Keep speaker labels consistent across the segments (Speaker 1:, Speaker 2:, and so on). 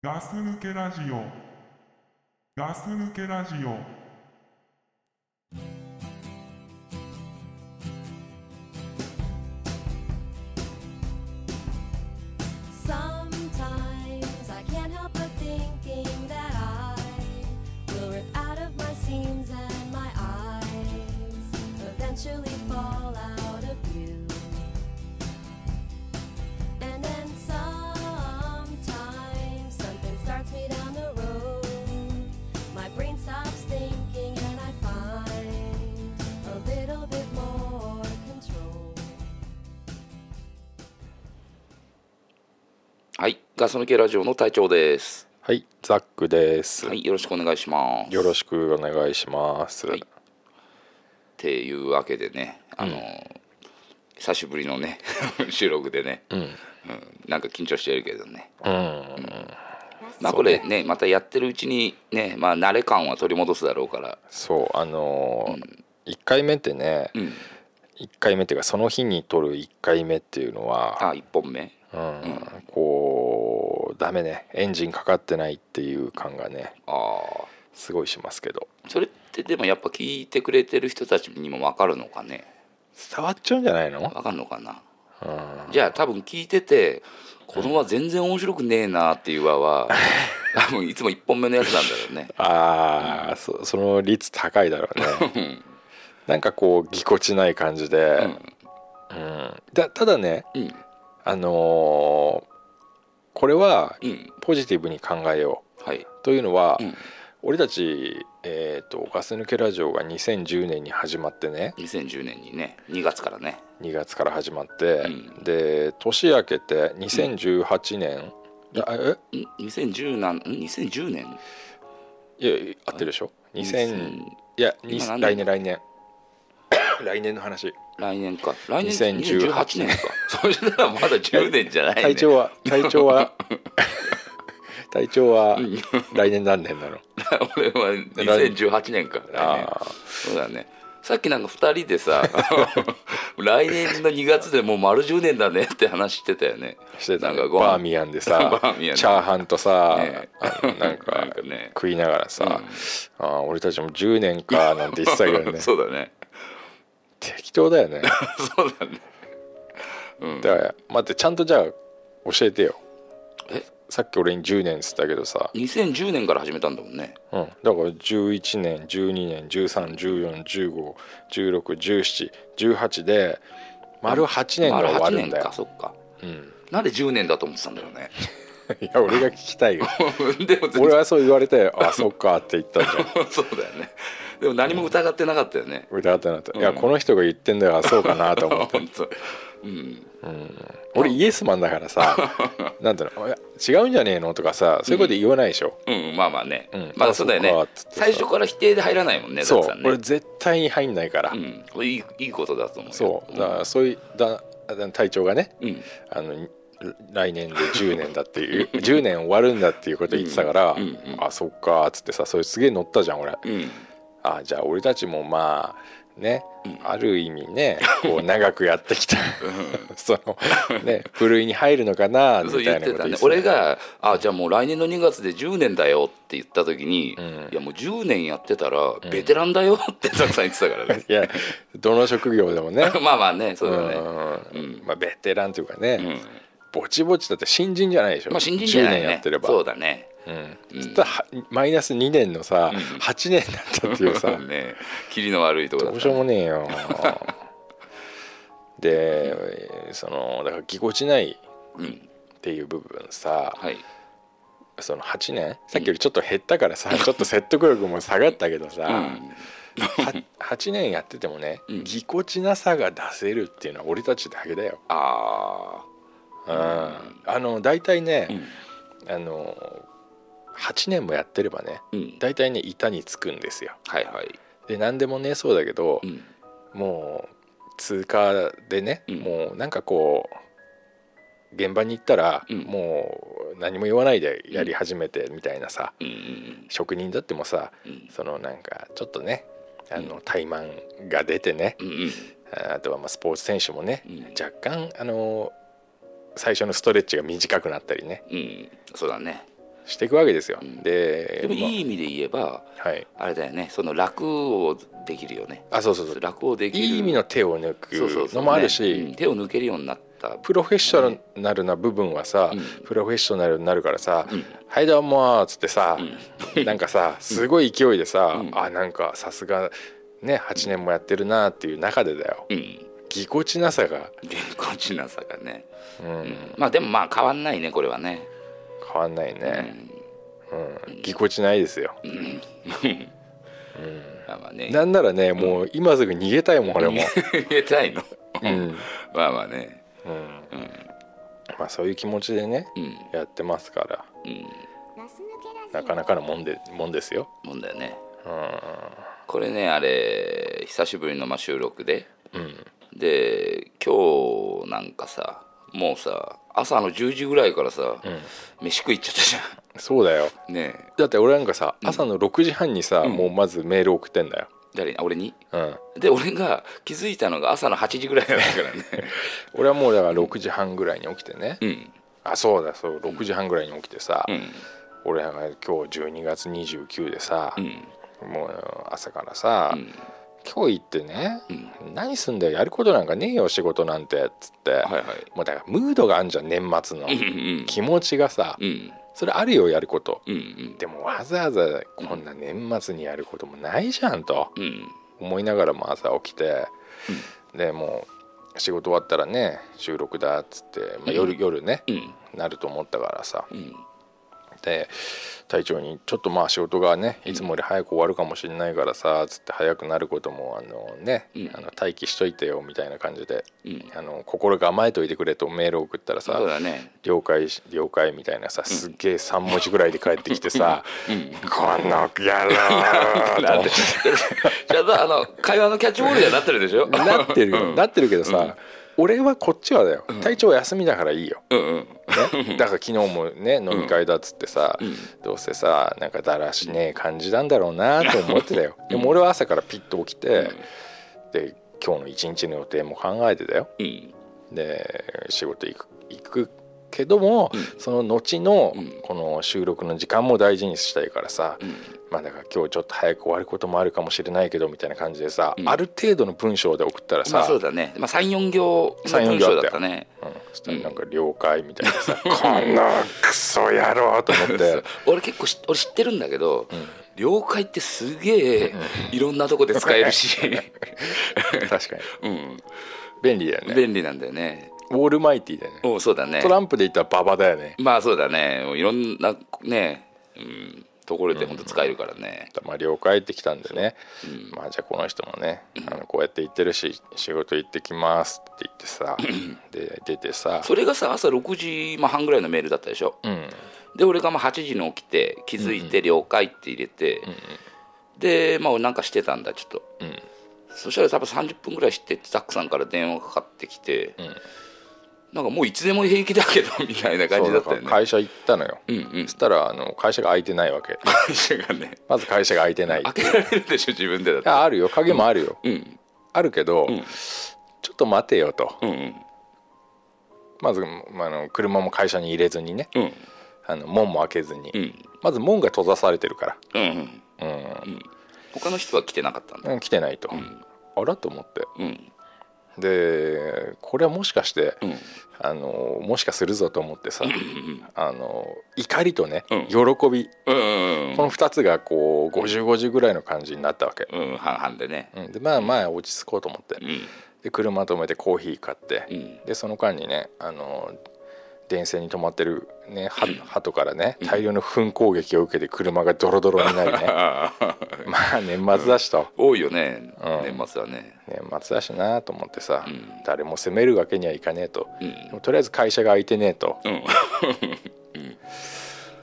Speaker 1: ガス抜けラジオ。ガス抜けラジオ。
Speaker 2: Sometimes I can't help but thinking that I will rip out of my seams and my eyes eventually fall out of view. And then sometimes something starts me down the road. My brain stops thinking and I find a little bit more control.
Speaker 3: はい、ガス抜けラジオの隊長です。
Speaker 4: はい、ザックです。
Speaker 3: はい、よろしくお願いします。
Speaker 4: よろしくお願いします。
Speaker 3: はいっていうわけでね、あの、
Speaker 4: うん
Speaker 3: 久しぶりのね 収録でね、
Speaker 4: うん、
Speaker 3: うん、なんか緊張してるけどね。
Speaker 4: うん、
Speaker 3: まあこれね、またやってるうちにね、まあ慣れ感は取り戻すだろうから。
Speaker 4: そう、あのー、一、回目ってね
Speaker 3: う、ん。
Speaker 4: 一、回目っていうか、その日に撮る一回目っていうのは、
Speaker 3: あ、一本目。
Speaker 4: うん、
Speaker 3: うん
Speaker 4: こうダメね、エンジンかかってないっていう感がね、
Speaker 3: あ
Speaker 4: すごいしますけど、
Speaker 3: あ、それってでもやっぱ聞いてくれてる人たちにもわかるのかね。
Speaker 4: 伝わっちゃうんじゃないの？
Speaker 3: わかるのかな。
Speaker 4: うん、
Speaker 3: じゃあ多分聞いてて。この輪全然面白くねえなっていう輪は多分いつも1本目のやつなんだろうね。
Speaker 4: ああ、そその率高いだろう ね。
Speaker 3: うん
Speaker 4: なんかこうぎこちない感じで、うん、だただね、
Speaker 3: うん
Speaker 4: あのーこれは
Speaker 3: うん
Speaker 4: ポジティブに考えよ
Speaker 3: はいう
Speaker 4: というのは、
Speaker 3: うん
Speaker 4: 俺たち、えーと「ガス抜けラジオ」が2010年に始まってね
Speaker 3: 2010年にね2月からね
Speaker 4: 2月から始まって、
Speaker 3: うん
Speaker 4: で年明けて2018年、あえ
Speaker 3: ん2010なんん2010年
Speaker 4: いや合ってるでしょ2000
Speaker 3: 2000
Speaker 4: いや
Speaker 3: 今何年
Speaker 4: 来年来年 来年の話
Speaker 3: 来年か来年
Speaker 4: 2018
Speaker 3: 2018年か そしたらまだ10年じゃないね
Speaker 4: 体調は体 調は体調は
Speaker 3: うん
Speaker 4: 来年何年なの
Speaker 3: 俺は2018年か来年
Speaker 4: あー
Speaker 3: そうだねさっきなんか2人でさ 来年の2月でもう丸10年だねって話してたよね
Speaker 4: してた
Speaker 3: なんかご飯
Speaker 4: バーミヤンでさ
Speaker 3: バーミヤンで
Speaker 4: チャーハンとさ、
Speaker 3: ね
Speaker 4: あのなんか
Speaker 3: なんかね
Speaker 4: 食いながらさ、ああ俺たちも10年かなんて言ってたけどね
Speaker 3: そうだね
Speaker 4: 適当だ よね
Speaker 3: そうだね
Speaker 4: だから待ってちゃんとじゃあ教えてよ
Speaker 3: え
Speaker 4: さっき俺に10年っつったけどさ、
Speaker 3: 2010年から始めたんだもんね
Speaker 4: うん、だから11年12年131415161718で丸8年が終わるん
Speaker 3: 丸8年か
Speaker 4: だよ、
Speaker 3: そっか
Speaker 4: うん、
Speaker 3: なんで10年だと思ってたんだろう ね
Speaker 4: いや俺が聞きたいよ
Speaker 3: でも全然
Speaker 4: 俺はそう言われてあそっかって言ったじゃん
Speaker 3: そうだよねでも何も疑ってなかったよね、
Speaker 4: 疑ってなかった、いうや
Speaker 3: ん
Speaker 4: この人が言ってんだからそうかなと思っ て
Speaker 3: 本当うん
Speaker 4: 俺イエスマンだか らさなんていうのいや違うんじゃねえのとかさそういうこと言わないでしょ、
Speaker 3: うんまあまあね、
Speaker 4: うん
Speaker 3: まあそうだよね
Speaker 4: あそうかっつってさ
Speaker 3: 最初から否定で入らないもんねザッ
Speaker 4: そ
Speaker 3: クさ
Speaker 4: うん
Speaker 3: ね
Speaker 4: 俺絶対に入んないから、
Speaker 3: うんこれいいいいことだと思うよ
Speaker 4: そうだからそういうだだ隊長がね
Speaker 3: うん
Speaker 4: あの来年で10年だっていう 10年終わるんだっていうこと言ってたから、
Speaker 3: うんうんうん
Speaker 4: あそっかっつってさそれすげえ乗ったじゃん俺
Speaker 3: うん
Speaker 4: あじゃあ俺たちもまあね、
Speaker 3: うん
Speaker 4: ある意味 ねこう長くやってきたそのね部類に入るのかなみ
Speaker 3: そう言
Speaker 4: たい
Speaker 3: っ
Speaker 4: な
Speaker 3: て
Speaker 4: こと
Speaker 3: たね
Speaker 4: 言ってた
Speaker 3: 俺が「あじゃあもう来年の2月で10年だよ」って言った時に、
Speaker 4: うん
Speaker 3: いやもう10年やってたらベテランだよってザックさん言ってたから ね
Speaker 4: いやどの職業でもね
Speaker 3: まあまあね そうだねう
Speaker 4: うん
Speaker 3: ん
Speaker 4: まあ、ベテランというかね、
Speaker 3: うん
Speaker 4: ぼちぼちだって新人じゃないでしょ、
Speaker 3: まあ新人じゃない
Speaker 4: 10年や
Speaker 3: ね
Speaker 4: ってれば
Speaker 3: そうだね
Speaker 4: うん
Speaker 3: うん
Speaker 4: そしたらはマイナス2年のさ、8年だったっていう さ
Speaker 3: ねキリの悪いとこだっ
Speaker 4: どう
Speaker 3: た
Speaker 4: しようもね えよでそのだからぎこちない
Speaker 3: うん
Speaker 4: っていう部分さ
Speaker 3: はい
Speaker 4: その8年さっきよりちょっと減ったからさ、ちょっと説得力も下がったけどさ、
Speaker 3: うん
Speaker 4: は8年やっててもね、
Speaker 3: うん
Speaker 4: ぎこちなさが出せるっていうのは俺たちだけだよ。
Speaker 3: あ
Speaker 4: うん、あの大体
Speaker 3: あう
Speaker 4: ね、
Speaker 3: ん
Speaker 4: あの8年もやってればね
Speaker 3: うん
Speaker 4: 大体ね板につくんですよ。
Speaker 3: はいはい
Speaker 4: で何でもねそうだけど、
Speaker 3: うん
Speaker 4: もう通過でね、
Speaker 3: うん
Speaker 4: もうなんかこう現場に行ったら、
Speaker 3: うん
Speaker 4: もう何も言わないでやり始めてみたいなさ、
Speaker 3: うんうん
Speaker 4: 職人だってもさ
Speaker 3: うん
Speaker 4: そのなんかちょっとねあの怠慢が出てね、
Speaker 3: うんうん
Speaker 4: あとはまあスポーツ選手もね、
Speaker 3: うん
Speaker 4: 若干あの最初のストレッチが短くなったりね
Speaker 3: うんそうだね
Speaker 4: していくわけですよ、
Speaker 3: うん
Speaker 4: で
Speaker 3: でもいい
Speaker 4: い、
Speaker 3: 意味で言えば
Speaker 4: はい、
Speaker 3: あれだよねその楽をできるよね
Speaker 4: あそうそうそう
Speaker 3: 楽をできる
Speaker 4: いい意味の手を抜く
Speaker 3: そうそうそう
Speaker 4: のもあるし
Speaker 3: ねうん手を抜けるようになった
Speaker 4: プロフェッショナルな部分はさ、
Speaker 3: うん
Speaker 4: プロフェッショナルになるからさ「
Speaker 3: うん
Speaker 4: はいどうも」っつってさ、なんかさすごい勢いでさ、
Speaker 3: うん
Speaker 4: あなんかさすがね8年もやってるなっていう中でだよ
Speaker 3: うん
Speaker 4: ぎこちなさが、
Speaker 3: ぎこちなさがね、
Speaker 4: うん
Speaker 3: うんまあでもまあ変わんないねこれはね
Speaker 4: 変わんないね、うん、ぎこちないですよ、
Speaker 3: うん、うん、まあまあね
Speaker 4: なんならねもう今すぐ逃げたいもん俺も、
Speaker 3: 逃げたいの
Speaker 4: うんうん
Speaker 3: まあまあね
Speaker 4: まあ、そういう気持ちでね
Speaker 3: うん
Speaker 4: やってますから
Speaker 3: うん
Speaker 4: なかなかのもんでもんですよ、
Speaker 3: もんだよね
Speaker 4: うん
Speaker 3: これねあれ久しぶりのまあ収録で
Speaker 4: うん、
Speaker 3: で今日なんかさもうさ朝の10時ぐらいからさ、
Speaker 4: ん
Speaker 3: 飯食いっちゃったじ
Speaker 4: そうだよ
Speaker 3: ゃんねえ
Speaker 4: だって俺なんかさ朝の6時半にさ、
Speaker 3: ん
Speaker 4: もうまずメール送ってんだよ、
Speaker 3: 誰にあ俺に
Speaker 4: うん、
Speaker 3: で俺が気づいたのが朝の8時ぐらいだったからね
Speaker 4: 俺はもうだから6時半ぐらいに起きてね、
Speaker 3: うん
Speaker 4: あそうだそう6時半ぐらいに起きてさ、
Speaker 3: うん
Speaker 4: 俺らが今日12月29でさ
Speaker 3: う、ん
Speaker 4: もう朝からさ、
Speaker 3: うん
Speaker 4: 今日行ってね、
Speaker 3: うん
Speaker 4: 何すんだよやることなんかねえよ仕事なんてっつって、
Speaker 3: はいはい
Speaker 4: もうだからムードがあんじゃん年末の、
Speaker 3: うんうん
Speaker 4: 気持ちがさ、
Speaker 3: うん
Speaker 4: それあるよやること
Speaker 3: うんうん
Speaker 4: でもわざわざこんな年末にやることもないじゃんと
Speaker 3: うん
Speaker 4: 思いながらも朝起きて、でもう仕事終わったらね収録だっつって、まあ、夜夜ね、
Speaker 3: うん
Speaker 4: なると思ったからさ
Speaker 3: うん
Speaker 4: で隊長に「ちょっとまあ仕事がねいつもより早く終わるかもしれないからさ」つって早くなることもあのね、
Speaker 3: うん
Speaker 4: あの待機しといてよみたいな感じで、
Speaker 3: うん
Speaker 4: あの心構えといてくれとメール送ったらさ
Speaker 3: そうだね
Speaker 4: 了解し了解みたいなさすっげえ3文字ぐらいで帰ってき てさ「この野郎!」
Speaker 3: なんでちゃんとあの会話のキャッチボールにはなってるでしょ
Speaker 4: なってるよなってるけどさ、
Speaker 3: うん
Speaker 4: 俺はこっちはだよ体調休みだからいいよ、
Speaker 3: うんうん
Speaker 4: ね、 だから昨日もね飲み会だっつってさ、どうせさなんかだらしねえ感じなんだろうなと思って たよ、でも俺は朝からピッと起きて、で今日の一日の予定も考えてたよ
Speaker 3: うん
Speaker 4: で仕事行く行くけども、その後の
Speaker 3: うん
Speaker 4: この収録の時間も大事にしたいからさ、
Speaker 3: うん
Speaker 4: まあだから今日ちょっと早く終わることもあるかもしれないけどみたいな感じでさ、
Speaker 3: うん
Speaker 4: ある程度の文章で送ったらさ、
Speaker 3: まあそうだね、まあ、34行の
Speaker 4: 34
Speaker 3: 文章だったね
Speaker 4: うん、そしたらなんか「了解」みたい なさ「こんなクソ野郎」と思っ
Speaker 3: そう
Speaker 4: て
Speaker 3: 俺結構し俺知ってるんだけど、了解ってすげえいろんなとこで使えるし、
Speaker 4: 確か
Speaker 3: う
Speaker 4: に
Speaker 3: ん、
Speaker 4: 便利だよね
Speaker 3: 便利なんだよね
Speaker 4: ウォールマイティだよね
Speaker 3: おそうだね
Speaker 4: トランプで言ったら馬場だよね
Speaker 3: まあそうだねもういろんなね、うん、ところで本当使えるからね、
Speaker 4: まあ了解ってきたんでね、まあじゃあこの人もねあのこうやって言ってるし仕事行ってきますって言ってさで出てさ
Speaker 3: それがさ朝6時、まあ、半ぐらいのメールだったでしょ
Speaker 4: うん
Speaker 3: で俺がまあ8時に起きて気づいて「了解」って入れて、でまあ俺なんかしてたんだちょっと、
Speaker 4: うん
Speaker 3: そしたら多分30分ぐらいしてザックさんから電話がかかってきて、
Speaker 4: ん
Speaker 3: なんかもういつでも平気だけど みたいな感じだったよ
Speaker 4: そう
Speaker 3: ね
Speaker 4: から会社行ったのよ、
Speaker 3: うんうん
Speaker 4: そしたらあの会社が空いてないわけ
Speaker 3: 会社がね
Speaker 4: まず会社が空いてない
Speaker 3: 開けられるでしょ自分でだって
Speaker 4: ああるよ影もあるよ、
Speaker 3: うん
Speaker 4: あるけど、ちょっと待てよと
Speaker 3: うんうん
Speaker 4: まず、まあ、あの車も会社に入れずにね
Speaker 3: うん
Speaker 4: あの門も開けずに、
Speaker 3: うん
Speaker 4: まず門が閉ざされてるか
Speaker 3: うんうん
Speaker 4: ら、うん
Speaker 3: 他の人は来てなかったんだ
Speaker 4: うん来てないと、あらと思って
Speaker 3: うん
Speaker 4: でこれはもしかして、
Speaker 3: うん
Speaker 4: あのもしかするぞと思ってさ、
Speaker 3: うん
Speaker 4: あの怒りとね、
Speaker 3: うん
Speaker 4: 喜び
Speaker 3: うんうん
Speaker 4: この2つがこう5050ぐらいの感じになったわけ、
Speaker 3: うんうん半々でね
Speaker 4: うん、でまあまあ落ち着こうと思って、
Speaker 3: うん
Speaker 4: で車止めてコーヒー買って、
Speaker 3: うん
Speaker 4: でその間にねあの電線に止まってる、ね、は鳩からね大量の糞攻撃を受けて車がドロドロになり ね
Speaker 3: ああ
Speaker 4: まあ年末だしと、
Speaker 3: 多いよね
Speaker 4: うん
Speaker 3: 年末はね
Speaker 4: 年末だしなと思ってさ、
Speaker 3: ん
Speaker 4: 誰も責めるわけにはいかねえと、
Speaker 3: うん
Speaker 4: でもとりあえず会社が空いてねえと
Speaker 3: うん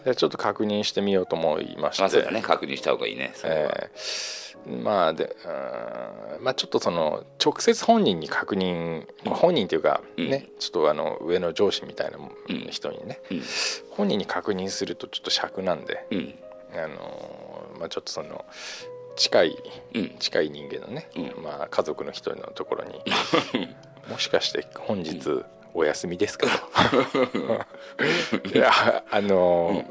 Speaker 4: でちょっと確認してみようと思いまして、
Speaker 3: まあそうだね確認した方がいいねそれは
Speaker 4: えーまあでうーんまあちょっとその直接本人に確認、本人というかね、ちょっとあの上の上司みたいな人にね、
Speaker 3: うん
Speaker 4: 本人に確認するとちょっと尺なんで、
Speaker 3: うん
Speaker 4: あのーまあ、ちょっとその近い
Speaker 3: うん
Speaker 4: 近い人間のね、
Speaker 3: う
Speaker 4: まあ、家族の人のところ にもしかして本日 お休みですかといやあのー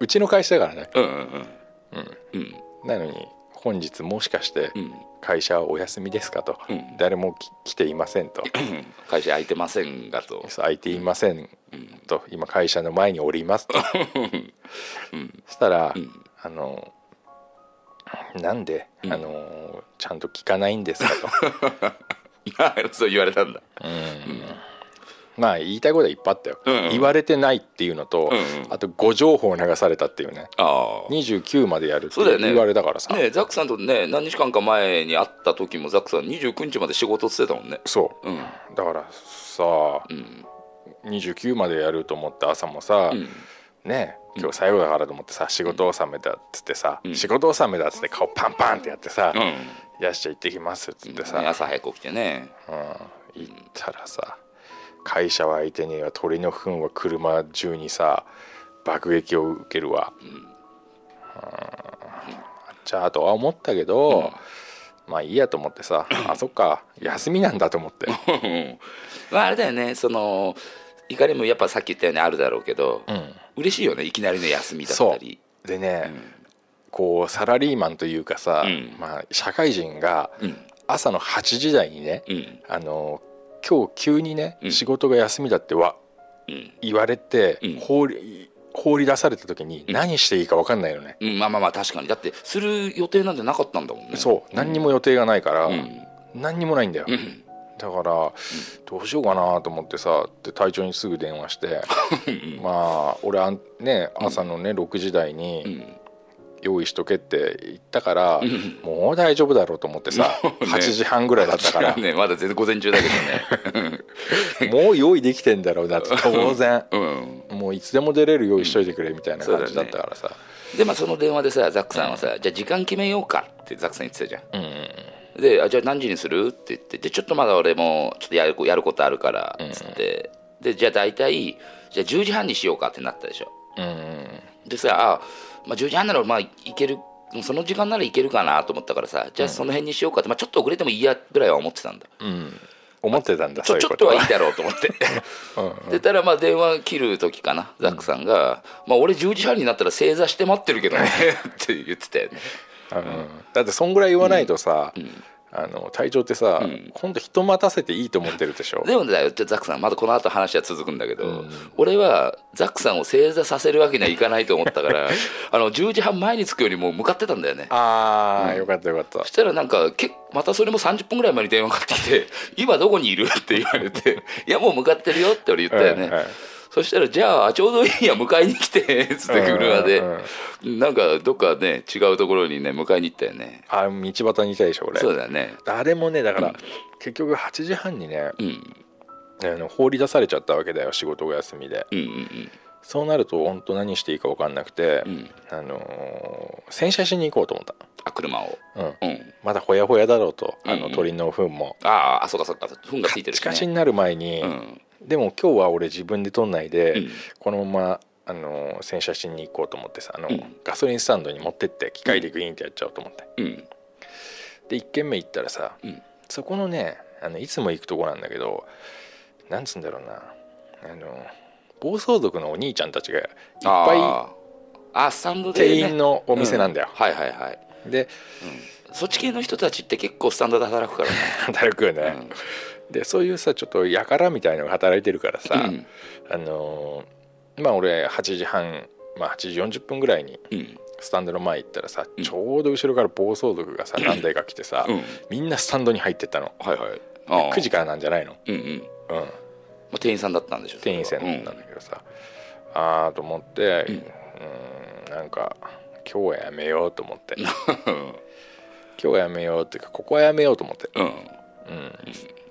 Speaker 4: うちの会社だからね、
Speaker 3: うんうん
Speaker 4: うん、
Speaker 3: うん
Speaker 4: なのに本日もしかして
Speaker 3: うん
Speaker 4: 会社はお休みですかと、
Speaker 3: うん
Speaker 4: 誰もき来ていません と
Speaker 3: 会社空いてませんがと
Speaker 4: 空いていません
Speaker 3: うん
Speaker 4: と今会社の前におりますと
Speaker 3: うん
Speaker 4: したら、
Speaker 3: うん
Speaker 4: あのなんで、
Speaker 3: うん
Speaker 4: あのちゃんと聞かないんですかと、
Speaker 3: そう言われたんだ
Speaker 4: うんまあ言いたいことはいっぱいあったよ、
Speaker 3: うん
Speaker 4: 言われてないっていうのと、
Speaker 3: うんうん
Speaker 4: あと誤情報流されたっていうね
Speaker 3: ああ
Speaker 4: 29までやるって
Speaker 3: そうだよね
Speaker 4: 言われたからさ
Speaker 3: ねえザックさんとね何日間か前に会った時もザックさん29日まで仕事っつってたもんね
Speaker 4: そ
Speaker 3: うん
Speaker 4: うだからさ
Speaker 3: うん
Speaker 4: 29までやると思って朝もさ、
Speaker 3: うん
Speaker 4: ね今日最後だからと思ってさ仕事納めだっつってさ、
Speaker 3: うん
Speaker 4: 仕事納めだっつって顔パンパンってやってさ「
Speaker 3: うん
Speaker 4: よっしゃ行ってきます」っつってさ、
Speaker 3: ね朝早く起きてね
Speaker 4: うん、行ったらさ会社は相手には鳥の糞は車中にさ爆撃を受けるわ、うんじゃあとは思ったけど、まあいいやと思っ てさあそっか休みなんだと思って
Speaker 3: うんまああれだよねその怒りもやっぱさっき言ったようにあるだろうけど、
Speaker 4: うん
Speaker 3: 嬉しいよねいきなりの休みだったり
Speaker 4: で
Speaker 3: う
Speaker 4: ね、
Speaker 3: ん
Speaker 4: こうサラリーマンというかさ、
Speaker 3: うん
Speaker 4: まあ、社会人が
Speaker 3: うん
Speaker 4: 朝の8時台にね、
Speaker 3: うん
Speaker 4: あの今日急にね、
Speaker 3: うん
Speaker 4: 仕事が休みだってわ
Speaker 3: うん
Speaker 4: 言われて、
Speaker 3: うん
Speaker 4: 放り放り出された時に
Speaker 3: ん
Speaker 4: 何していいか分かんないよね、
Speaker 3: うんまあまあまあ確かにだってする予定なんてなかったんだもんね
Speaker 4: そう何にも予定がないから、
Speaker 3: うん
Speaker 4: 何にもないんだよ、
Speaker 3: うん
Speaker 4: だからどうしようかなと思ってさで隊長にすぐ電話して
Speaker 3: うん
Speaker 4: まあ俺あんね朝のね6時台
Speaker 3: う
Speaker 4: に
Speaker 3: ん
Speaker 4: 用意しとけって言ったから、
Speaker 3: ん
Speaker 4: もう大丈夫だろうと思ってさ、
Speaker 3: も うね
Speaker 4: 8時半ぐらいだったか ら
Speaker 3: ねまだ全然午前中だけ
Speaker 4: もう用意できてんだろうなって当然
Speaker 3: どねうん
Speaker 4: もういつでも出れる用意しといてくれみたいな感じだったからさ、
Speaker 3: でまあその電話でさザックさんはさじゃあ時間決めようかってザックさん言ってたじゃん
Speaker 4: うんうんうん
Speaker 3: であじゃあ何時にするって言ってでちょっとまだ俺もちょっとやるやることあるから
Speaker 4: うんうん
Speaker 3: つって、でじゃあ大体じゃあ10時半にしようかってなったでしょ
Speaker 4: うんうん
Speaker 3: でさあ、まあ、10時半ならまあいけるその時間ならいけるかなと思ったからさじゃあその辺にしようかって、まあ、ちょっと遅れてもいいやぐらいは思ってたんだ
Speaker 4: うん思ってたんだ
Speaker 3: ち
Speaker 4: そう
Speaker 3: ょ
Speaker 4: い
Speaker 3: ち
Speaker 4: う
Speaker 3: ょっ
Speaker 4: こと
Speaker 3: とはい
Speaker 4: は。
Speaker 3: いだろうと思って
Speaker 4: うんうん
Speaker 3: でたらまあ電話切る時かなザックさんが「まあ、俺10時半になったら正座して待ってるけど ね」って言ってたよね
Speaker 4: うんだってそんぐらい言わないとさ、
Speaker 3: ん
Speaker 4: あの隊長ってさ、
Speaker 3: うん
Speaker 4: 今度人待たせていいと思ってるでしょ
Speaker 3: でもねちょザックさんまだこの後話は続くんだけど、
Speaker 4: うん
Speaker 3: 俺はザックさんを正座させるわけにはいかないと思ったから あの10時半前に着くよりも向かってたんだよね
Speaker 4: ああ、
Speaker 3: うん
Speaker 4: よかったよかった
Speaker 3: そしたらなんかけまたそれも30分ぐらい前に電話かかってきて 「今どこにいる?」って言われて 「いやもう向かってるよ」って俺言ったよね、
Speaker 4: うんうん
Speaker 3: そしたら「じゃあちょうどいいや迎えに来て」 つって車で、
Speaker 4: うん
Speaker 3: なんかどっかね違うところにね迎えに行ったよね
Speaker 4: あー道端にいたでしょ俺
Speaker 3: そうだね
Speaker 4: あれもねだから、結局8時半にね
Speaker 3: うん
Speaker 4: あの放り出されちゃったわけだよ仕事が休みで
Speaker 3: うんうん
Speaker 4: そうなると本当何していいか分かんなくて、
Speaker 3: うんうん
Speaker 4: あのー洗車しに行こうと思っ
Speaker 3: あ車を
Speaker 4: た、うん、
Speaker 3: うん
Speaker 4: まだほやほやだろうとあ
Speaker 3: うん
Speaker 4: の
Speaker 3: うん
Speaker 4: 鳥の糞も、
Speaker 3: あああそうかそうか糞がついてるし、
Speaker 4: しか
Speaker 3: ね、
Speaker 4: しになる前に、
Speaker 3: うん
Speaker 4: でも今日は俺自分で取んないで、
Speaker 3: うん
Speaker 4: このままあの洗車しに行こうと思ってさあの、
Speaker 3: うん
Speaker 4: ガソリンスタンドに持ってって機械でグイーンってやっちゃおうと思って、
Speaker 3: うん
Speaker 4: で1軒目行ったらさ、
Speaker 3: うん
Speaker 4: そこのねあのいつも行くとこなんだけどなんつうんだろうなあの暴走族のお兄ちゃんたちがいっぱ
Speaker 3: あああスタンド
Speaker 4: い
Speaker 3: で、ね、
Speaker 4: 店員のお店なんだよ
Speaker 3: う、はいはいはい
Speaker 4: で
Speaker 3: そっち系の人たちって結構スタンドで働くからね
Speaker 4: 働くよね、でそういうさちょっとやからみたいのが働いてるから さ、
Speaker 3: うん
Speaker 4: あのまあ俺8時半、まあ、8時40分ぐらいに
Speaker 3: うん
Speaker 4: スタンドの前行ったらさ、
Speaker 3: ん
Speaker 4: ちょうど後ろから暴走 族がさ何台か来てさ、
Speaker 3: うん
Speaker 4: みんなスタンドに入ってったの
Speaker 3: はいはいああ
Speaker 4: 9時からなんじゃないの、
Speaker 3: うんうんま
Speaker 4: うん、
Speaker 3: あ店員さんだったんでしょそれ
Speaker 4: 店
Speaker 3: は
Speaker 4: 員さんなんだけどさ、ああと思って
Speaker 3: うん
Speaker 4: うんなんか今日はやめようと思って今
Speaker 3: うん
Speaker 4: 日はやめようっていうかここはやめようと思って、
Speaker 3: うん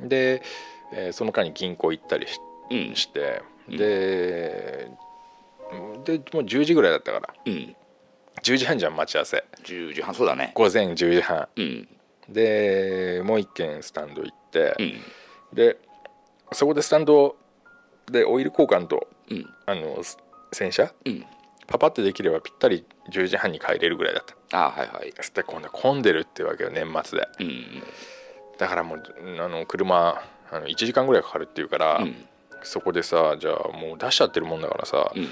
Speaker 4: うん、で、えーその間に銀行行ったりし
Speaker 3: うん
Speaker 4: して
Speaker 3: うん
Speaker 4: ででもう10時ぐらいだったから
Speaker 3: うん
Speaker 4: 10時半じゃん待ち合わせ
Speaker 3: 10時半そうだね
Speaker 4: 午前10時半
Speaker 3: うん
Speaker 4: でもう一軒スタンド行って、
Speaker 3: うん
Speaker 4: でそこでスタンドでオイル交換と
Speaker 3: うん
Speaker 4: あのす洗車
Speaker 3: うん
Speaker 4: パパってできればぴったり10時半に帰れるぐらいだった
Speaker 3: ああはいはい
Speaker 4: そして今度混んでるってわけよ年末で
Speaker 3: うん
Speaker 4: だからもうあの車あの1時間ぐらいかかるっていうから、
Speaker 3: うん
Speaker 4: そこでさじゃあもう出しちゃってるもんだからさ、
Speaker 3: うん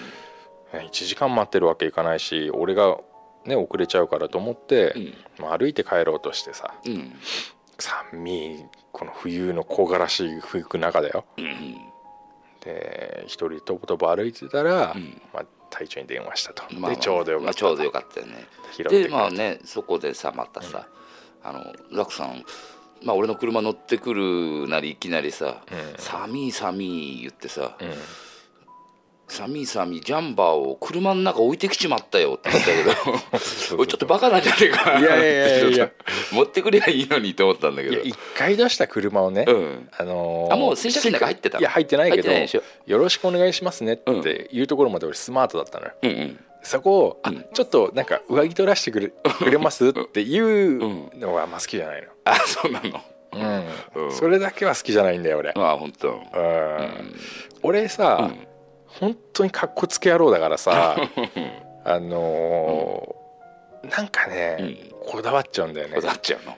Speaker 4: 1時間待ってるわけいかないし俺が、ね、遅れちゃうからと思って、
Speaker 3: うん
Speaker 4: まあ歩いて帰ろうとしてさ
Speaker 3: うん
Speaker 4: 寒いこの冬の木枯らし吹く中だよ
Speaker 3: うん
Speaker 4: で一人とぼとぼ歩いてたら、
Speaker 3: うん
Speaker 4: まあ、隊長に電話したと、
Speaker 3: まあまあ
Speaker 4: でちょうどよか
Speaker 3: ま
Speaker 4: っ
Speaker 3: あ
Speaker 4: た、
Speaker 3: ちょうどよかったよね
Speaker 4: 拾ってくれ
Speaker 3: で
Speaker 4: て
Speaker 3: まあねそこでさまたさ、あのザクさんまあ俺の車乗ってくるなりいきなりさ「寒い寒い」言ってさ
Speaker 4: うん
Speaker 3: 「寒い寒いジャンバーを車の中置いてきちまったよ」って言 ったけどおいちょっとバカなんじゃねえか
Speaker 4: いやいやいやいや
Speaker 3: 持ってくりゃいいのにと思ったんだけ
Speaker 4: いや
Speaker 3: ど
Speaker 4: 一回出した車をね、
Speaker 3: うん
Speaker 4: あの
Speaker 3: あもう洗車機の中入ってた
Speaker 4: いや入ってないけ
Speaker 3: 入っ
Speaker 4: ど
Speaker 3: てないでしょ
Speaker 4: よろしくお願いしますねっていうところまで俺スマートだったのよ
Speaker 3: うんうん
Speaker 4: そこを、あ
Speaker 3: うん
Speaker 4: ちょっとなんか上着取らしてくれくれますっていうのはあんま好きじゃないの
Speaker 3: あそうなの
Speaker 4: うん、
Speaker 3: うん
Speaker 4: それだけは好きじゃないんだよ俺、
Speaker 3: まあ本当
Speaker 4: うん俺
Speaker 3: う
Speaker 4: さ、
Speaker 3: ん
Speaker 4: 本当にかっこつけ野郎だから さあのーなんかね、こだわっちゃうんだよね
Speaker 3: こだわっちゃうの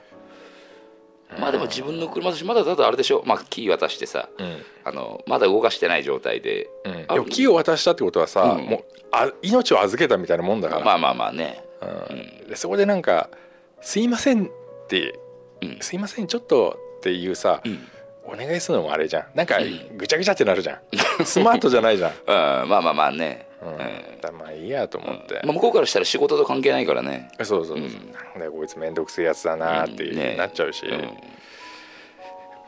Speaker 3: まあでも自分の車だしまだただあれでしょまあキー渡してさ
Speaker 4: うん
Speaker 3: あのまだ動かしてない状態で
Speaker 4: うん、
Speaker 3: あ
Speaker 4: でも木を渡したってことはさ、
Speaker 3: うん
Speaker 4: もうあ命を預けたみたいなもんだから、
Speaker 3: まあまあまあね
Speaker 4: うんでそこでなんか「すいません」って
Speaker 3: うん
Speaker 4: 「すいませんちょっと」っていうさ、
Speaker 3: うん
Speaker 4: お願いするのもあれじゃんなんかぐちゃぐちゃってなるじゃ んスマートじゃないじゃん、
Speaker 3: うんまあまあまあね
Speaker 4: う
Speaker 3: うん
Speaker 4: んだまあいいやと思って、
Speaker 3: まあ向こうからしたら仕事と関係ないからね
Speaker 4: そうそうそう、
Speaker 3: うん
Speaker 4: なんだよこいつめんどくせえやつだなーっていう、
Speaker 3: うんね
Speaker 4: なっちゃうし、
Speaker 3: うん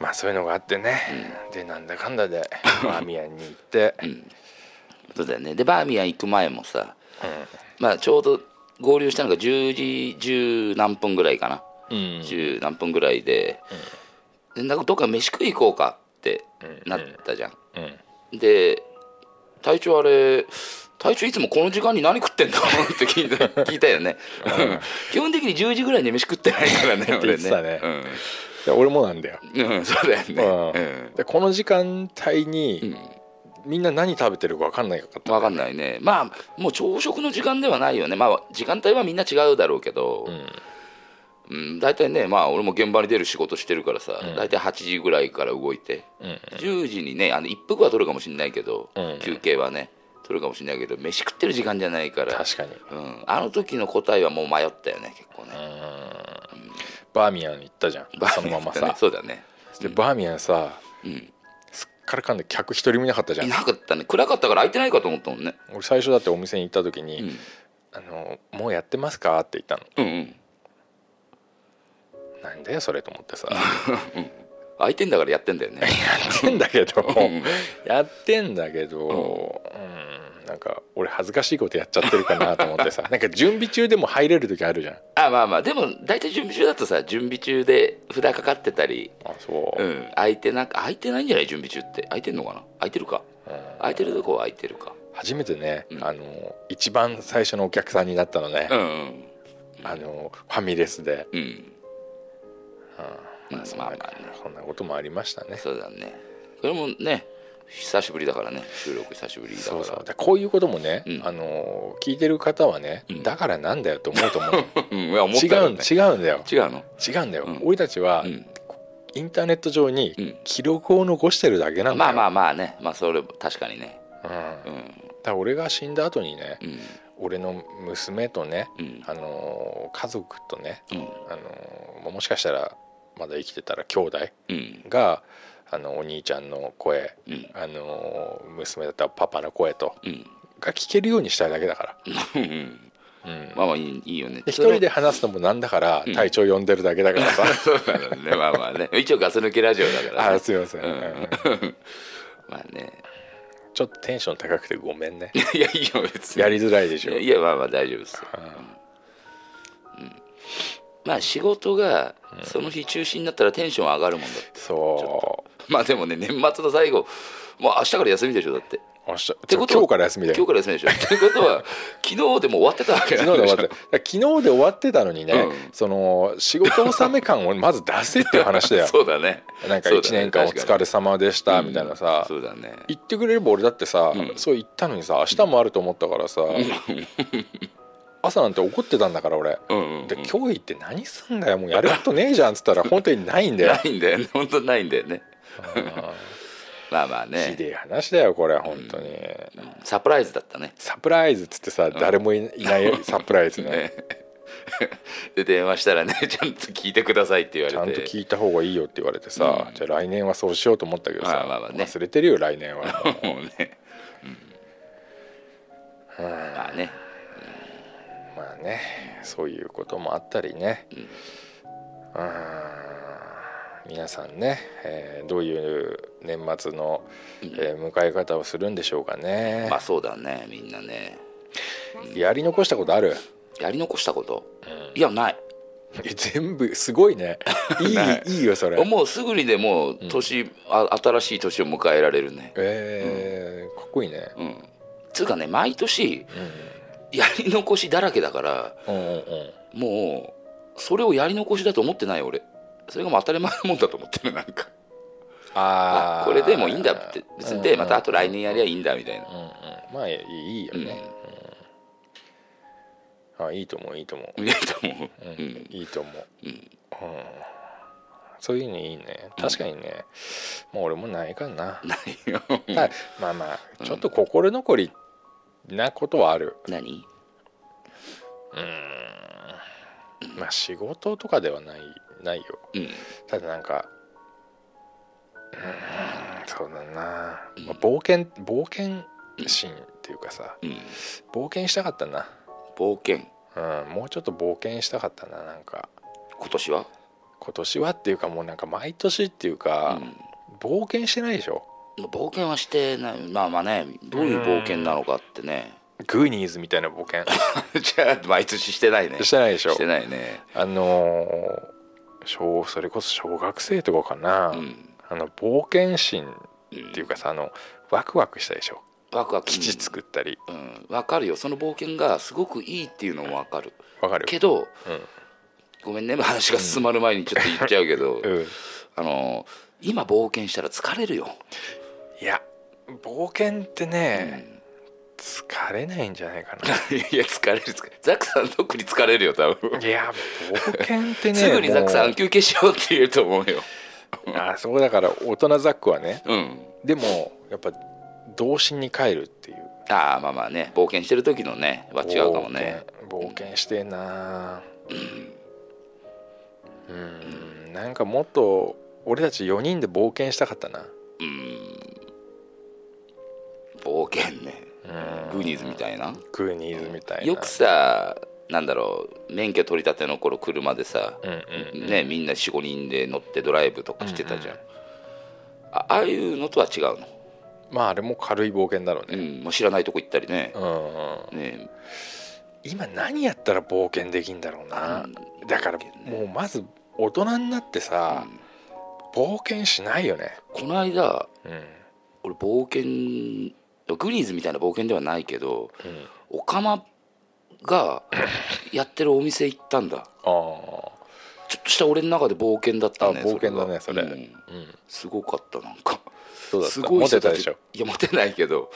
Speaker 4: まあそういうのがあってね、でなんだかんだ でバーミヤンに行って、
Speaker 3: そうだよねでバーミヤン行く前もさまあちょうど合流したのが10時10何分ぐらいかな
Speaker 4: うん
Speaker 3: 10何分ぐらいででなんかどっか飯食い行こうかって
Speaker 4: うん
Speaker 3: なったじゃん
Speaker 4: うん
Speaker 3: で隊長あれ隊長いつもこの時間に何食ってんだって聞 いた聞いたよね、うん基本的に10時ぐらいに飯食ってないから ね俺
Speaker 4: 言ってたね
Speaker 3: うん
Speaker 4: で俺もなんだよ、
Speaker 3: うん、そうだよ
Speaker 4: う
Speaker 3: ね
Speaker 4: ん。でこの時間帯
Speaker 3: うん。
Speaker 4: にみんな何食べてるか分かんないかった
Speaker 3: わかんないね。まあ、もう朝食の時間ではないよね。まあ、時間帯はみんな違うだろうけど、うん、大体ね、まあ、俺も現場に出る仕事してるからさ、大体8時ぐらいから動いて、
Speaker 4: うん
Speaker 3: 10時にね、あの一服は取るかもしれないけど、
Speaker 4: うん
Speaker 3: 休憩はね、取るかもしれないけど、飯食ってる時間じゃないから、
Speaker 4: 確かに
Speaker 3: うん、あの時の答えはもう迷ったよね、結構
Speaker 4: う
Speaker 3: ね。
Speaker 4: んバーミヤン行ったじゃんそのまま
Speaker 3: だね
Speaker 4: さ
Speaker 3: そうだね。
Speaker 4: でバーミヤンさ
Speaker 3: うん。
Speaker 4: すっからかんで客一人もいなかったじゃ
Speaker 3: い
Speaker 4: ん
Speaker 3: なかったね。暗かったから空いてないかと思ったもんね。
Speaker 4: 俺最初だってお店に行った時
Speaker 3: う
Speaker 4: に
Speaker 3: ん。
Speaker 4: 「あのもうやってますか?」って言ったの
Speaker 3: うんうん。
Speaker 4: なんだよそれと思ってさ
Speaker 3: 空いてんだからやってんだよね。
Speaker 4: やってんだけど
Speaker 3: うん
Speaker 4: やってんだけどうんなんか俺恥ずかしいことやっちゃってるかなと思っ てさなんか準備中でも入れる時あるじゃん
Speaker 3: あまあまあでも大体準備中だとさ準備中で札かかってたり
Speaker 4: あそううん
Speaker 3: 空いてなんか空いてないんじゃない準備中って空いてんのかな空いてるか空いてるとこは空いてるか
Speaker 4: 初めてね
Speaker 3: うん
Speaker 4: あの一番最初のお客さんになったのね
Speaker 3: うんうん
Speaker 4: あのファミレスで
Speaker 3: うん
Speaker 4: まあ
Speaker 3: うん
Speaker 4: そん
Speaker 3: まあ
Speaker 4: な
Speaker 3: まあね
Speaker 4: そんなこともありましたね。
Speaker 3: そうだねこれもね久しぶりだからね収録久しぶりだか
Speaker 4: そ
Speaker 3: ら
Speaker 4: うそうでこういうこともね、
Speaker 3: うん
Speaker 4: あの聞いてる方はね、
Speaker 3: うん
Speaker 4: だからなんだよと思うと思う
Speaker 3: うんい や思っ
Speaker 4: 違
Speaker 3: たよ
Speaker 4: うん
Speaker 3: ね
Speaker 4: 違うんだよ
Speaker 3: 違うの
Speaker 4: 違うんだよ、
Speaker 3: うん
Speaker 4: 俺たちは、
Speaker 3: うん
Speaker 4: インターネット上
Speaker 3: う
Speaker 4: に
Speaker 3: ん
Speaker 4: 記録を残してるだけなんだ
Speaker 3: まあ
Speaker 4: よ、
Speaker 3: まあまあねまあそれ確かにね
Speaker 4: うん
Speaker 3: う
Speaker 4: だか
Speaker 3: ん
Speaker 4: ら俺が死んだ後にね、
Speaker 3: うん
Speaker 4: 俺の娘とね、
Speaker 3: うん
Speaker 4: あの家族とね、
Speaker 3: うん
Speaker 4: あのもしかしたらまだ生きてたら兄弟
Speaker 3: うん
Speaker 4: があのお兄ちゃんの声、
Speaker 3: うん
Speaker 4: あの娘だったらパパの声と
Speaker 3: うん
Speaker 4: が聞けるようにしたいだけだから
Speaker 3: うん
Speaker 4: うん
Speaker 3: まあまあいいいいよね
Speaker 4: で一人で話すのもなんだから隊長呼んでるだけだからさ、
Speaker 3: そうなのねまあまあね一応ガス抜けラジオだから、ね、
Speaker 4: あーすいません、
Speaker 3: うん
Speaker 4: うん
Speaker 3: まあね。
Speaker 4: ちょっとテンション高くてごめんね
Speaker 3: いや、いいよ、別に。
Speaker 4: やりづらいでしょ
Speaker 3: いや、まあまあ、大丈夫ですよ。うんまあ、仕事が、その日中止になったらテンション上がるもんだって。
Speaker 4: そ
Speaker 3: まあ、でもね、年末の最後、もう明日から休みでしょ、だって。っ
Speaker 4: う明日
Speaker 3: てことは
Speaker 4: 今日から休みだ
Speaker 3: 今
Speaker 4: よ
Speaker 3: 日から休みでしょ。って ことは、昨日でも終わってたわけ
Speaker 4: 昨日で終わって
Speaker 3: た。
Speaker 4: 昨日で終わってたのにね、
Speaker 3: うん
Speaker 4: その仕事納め感をまず出せっていう話だ よ
Speaker 3: そうだね。
Speaker 4: なんか
Speaker 3: そうだ
Speaker 4: 1
Speaker 3: ね
Speaker 4: 年間お疲れ様でしたみたいなさ、
Speaker 3: そうだね。
Speaker 4: 言ってくれれば俺だってさ、
Speaker 3: うん
Speaker 4: そう言ったのにさ明日もあると思ったからさ、朝なんて怒ってたんだから俺、
Speaker 3: うんうんうん
Speaker 4: で今日行って何すんだよもうやることねえじゃんっつったら本当にないんだよ
Speaker 3: ないんだよね。本当にないんだよね。まあまあ
Speaker 4: ひ
Speaker 3: ね
Speaker 4: でえ話だよこれは本当に、
Speaker 3: サプライズだったね
Speaker 4: サプライズっつってさ誰もいいないサプライズね
Speaker 3: ね で電話したらね ちゃんと聞いてくださいって言わ
Speaker 4: ちゃ
Speaker 3: れ
Speaker 4: ん
Speaker 3: て
Speaker 4: と聞いた方がいいよって言われてさ、
Speaker 3: うん
Speaker 4: じゃあ来年はそうしようと思ったけどさ、
Speaker 3: まあまあまあね
Speaker 4: 忘れてるよ来年は
Speaker 3: もうね、うん、まあね
Speaker 4: まあねそういうこともあったりね
Speaker 3: ん
Speaker 4: うん皆さんね、えーどういう年末の、えー迎え方をするんでしょうかね、
Speaker 3: まあそうだねみんなね
Speaker 4: やり残したことある
Speaker 3: やり残したこと、いやない
Speaker 4: え全部すご いねいいいいよそれ
Speaker 3: もうすぐにでもう年、あ新しい年を迎えられるね
Speaker 4: えーかっこいいね
Speaker 3: うんつうかね毎年、やり残しだらけだから
Speaker 4: うんうんうん
Speaker 3: もうそれをやり残しだと思ってない俺それがもう当たり前のもんだと思ってるなんかあ
Speaker 4: あー
Speaker 3: これでもいいんだって別にで
Speaker 4: うん
Speaker 3: またあと来年やりゃいいんだみたいな
Speaker 4: うんうんまあいいよね、あいいと思ういいと思う、
Speaker 3: いやと思う
Speaker 4: うん
Speaker 3: うん
Speaker 4: いいと思う、
Speaker 3: うん
Speaker 4: うんそういうのいいね確かにね、もう俺もないかな、
Speaker 3: ないよ
Speaker 4: ただまあまあちょっと心残りなことはある
Speaker 3: 何
Speaker 4: まあ仕事とかではないないよ
Speaker 3: うん
Speaker 4: ただなんかうんそうだな、まあ、冒険冒険心っていうかさ
Speaker 3: うん
Speaker 4: 冒険したかったな
Speaker 3: 冒険
Speaker 4: うん、もうちょっと冒険したかったななんか
Speaker 3: 今年は
Speaker 4: 今年はっていうかもうなんか毎年っていうか、冒険してないでしょ
Speaker 3: 冒険はしてないまあまあねどういう冒険なのかってね
Speaker 4: グーニーズみたいな冒 険
Speaker 3: じゃあ毎年してないね
Speaker 4: してないでしょ
Speaker 3: してないね
Speaker 4: あのー小それこそ小学生とかかな、
Speaker 3: うん
Speaker 4: あの冒険心っていうかさあのワクワクしたでしょ
Speaker 3: ワクワク
Speaker 4: 基地作ったり
Speaker 3: うん、わかるよその冒険がすごくいいっていうのもわかる
Speaker 4: わかる
Speaker 3: けど、
Speaker 4: うん
Speaker 3: ごめんね話が進まる前にちょっと言っちゃうけど、
Speaker 4: うん、
Speaker 3: あの今冒険したら疲れるよ、
Speaker 4: いや冒険って
Speaker 3: うん
Speaker 4: ね、疲れないんじゃない かな
Speaker 3: いやいや疲れる疲れるザックさん特に疲れるよ多分、
Speaker 4: いや冒険って ね
Speaker 3: すぐにザックさ
Speaker 4: も
Speaker 3: ん休憩しようって言うと思うよ
Speaker 4: うあそうだから大人ザックはね
Speaker 3: うん
Speaker 4: でもやっぱ童心に帰るっていう
Speaker 3: ああまあまあね冒険してる時のねは違うかもね
Speaker 4: 冒険冒険してんなうんうんなんかもっと俺たち4人で冒険したかったな
Speaker 3: 冒険ねグーニーズみたいな
Speaker 4: グーニーズみたいな
Speaker 3: よくさなんだろう免許取り立ての頃車でさ、
Speaker 4: うんうん
Speaker 3: ね、みんな45人で乗ってドライブとかしてたじゃん、あああいうのとは違うの、
Speaker 4: まああれも軽い冒険だろう
Speaker 3: う
Speaker 4: ね
Speaker 3: んまあ、知らないとこ行ったりね
Speaker 4: う,、んうん
Speaker 3: ね
Speaker 4: 今何やったら冒険できんだろうな
Speaker 3: うん
Speaker 4: だから
Speaker 3: 冒険ね
Speaker 4: もうまず大人になってさ冒険しないよね
Speaker 3: この間
Speaker 4: うん
Speaker 3: 俺冒険グリーンズみたいな冒険ではないけど
Speaker 4: うん
Speaker 3: オカマ がやってるお店行ったんだ
Speaker 4: あー
Speaker 3: ちょっとした俺の中で冒険だったね
Speaker 4: あ冒険だね
Speaker 3: それ
Speaker 4: そ
Speaker 3: が
Speaker 4: れ
Speaker 3: うん
Speaker 4: うん
Speaker 3: すごかったなんか
Speaker 4: どうだった
Speaker 3: すごい
Speaker 4: モ
Speaker 3: 人
Speaker 4: テた
Speaker 3: た
Speaker 4: で
Speaker 3: ち
Speaker 4: しょ
Speaker 3: いやモテないけど、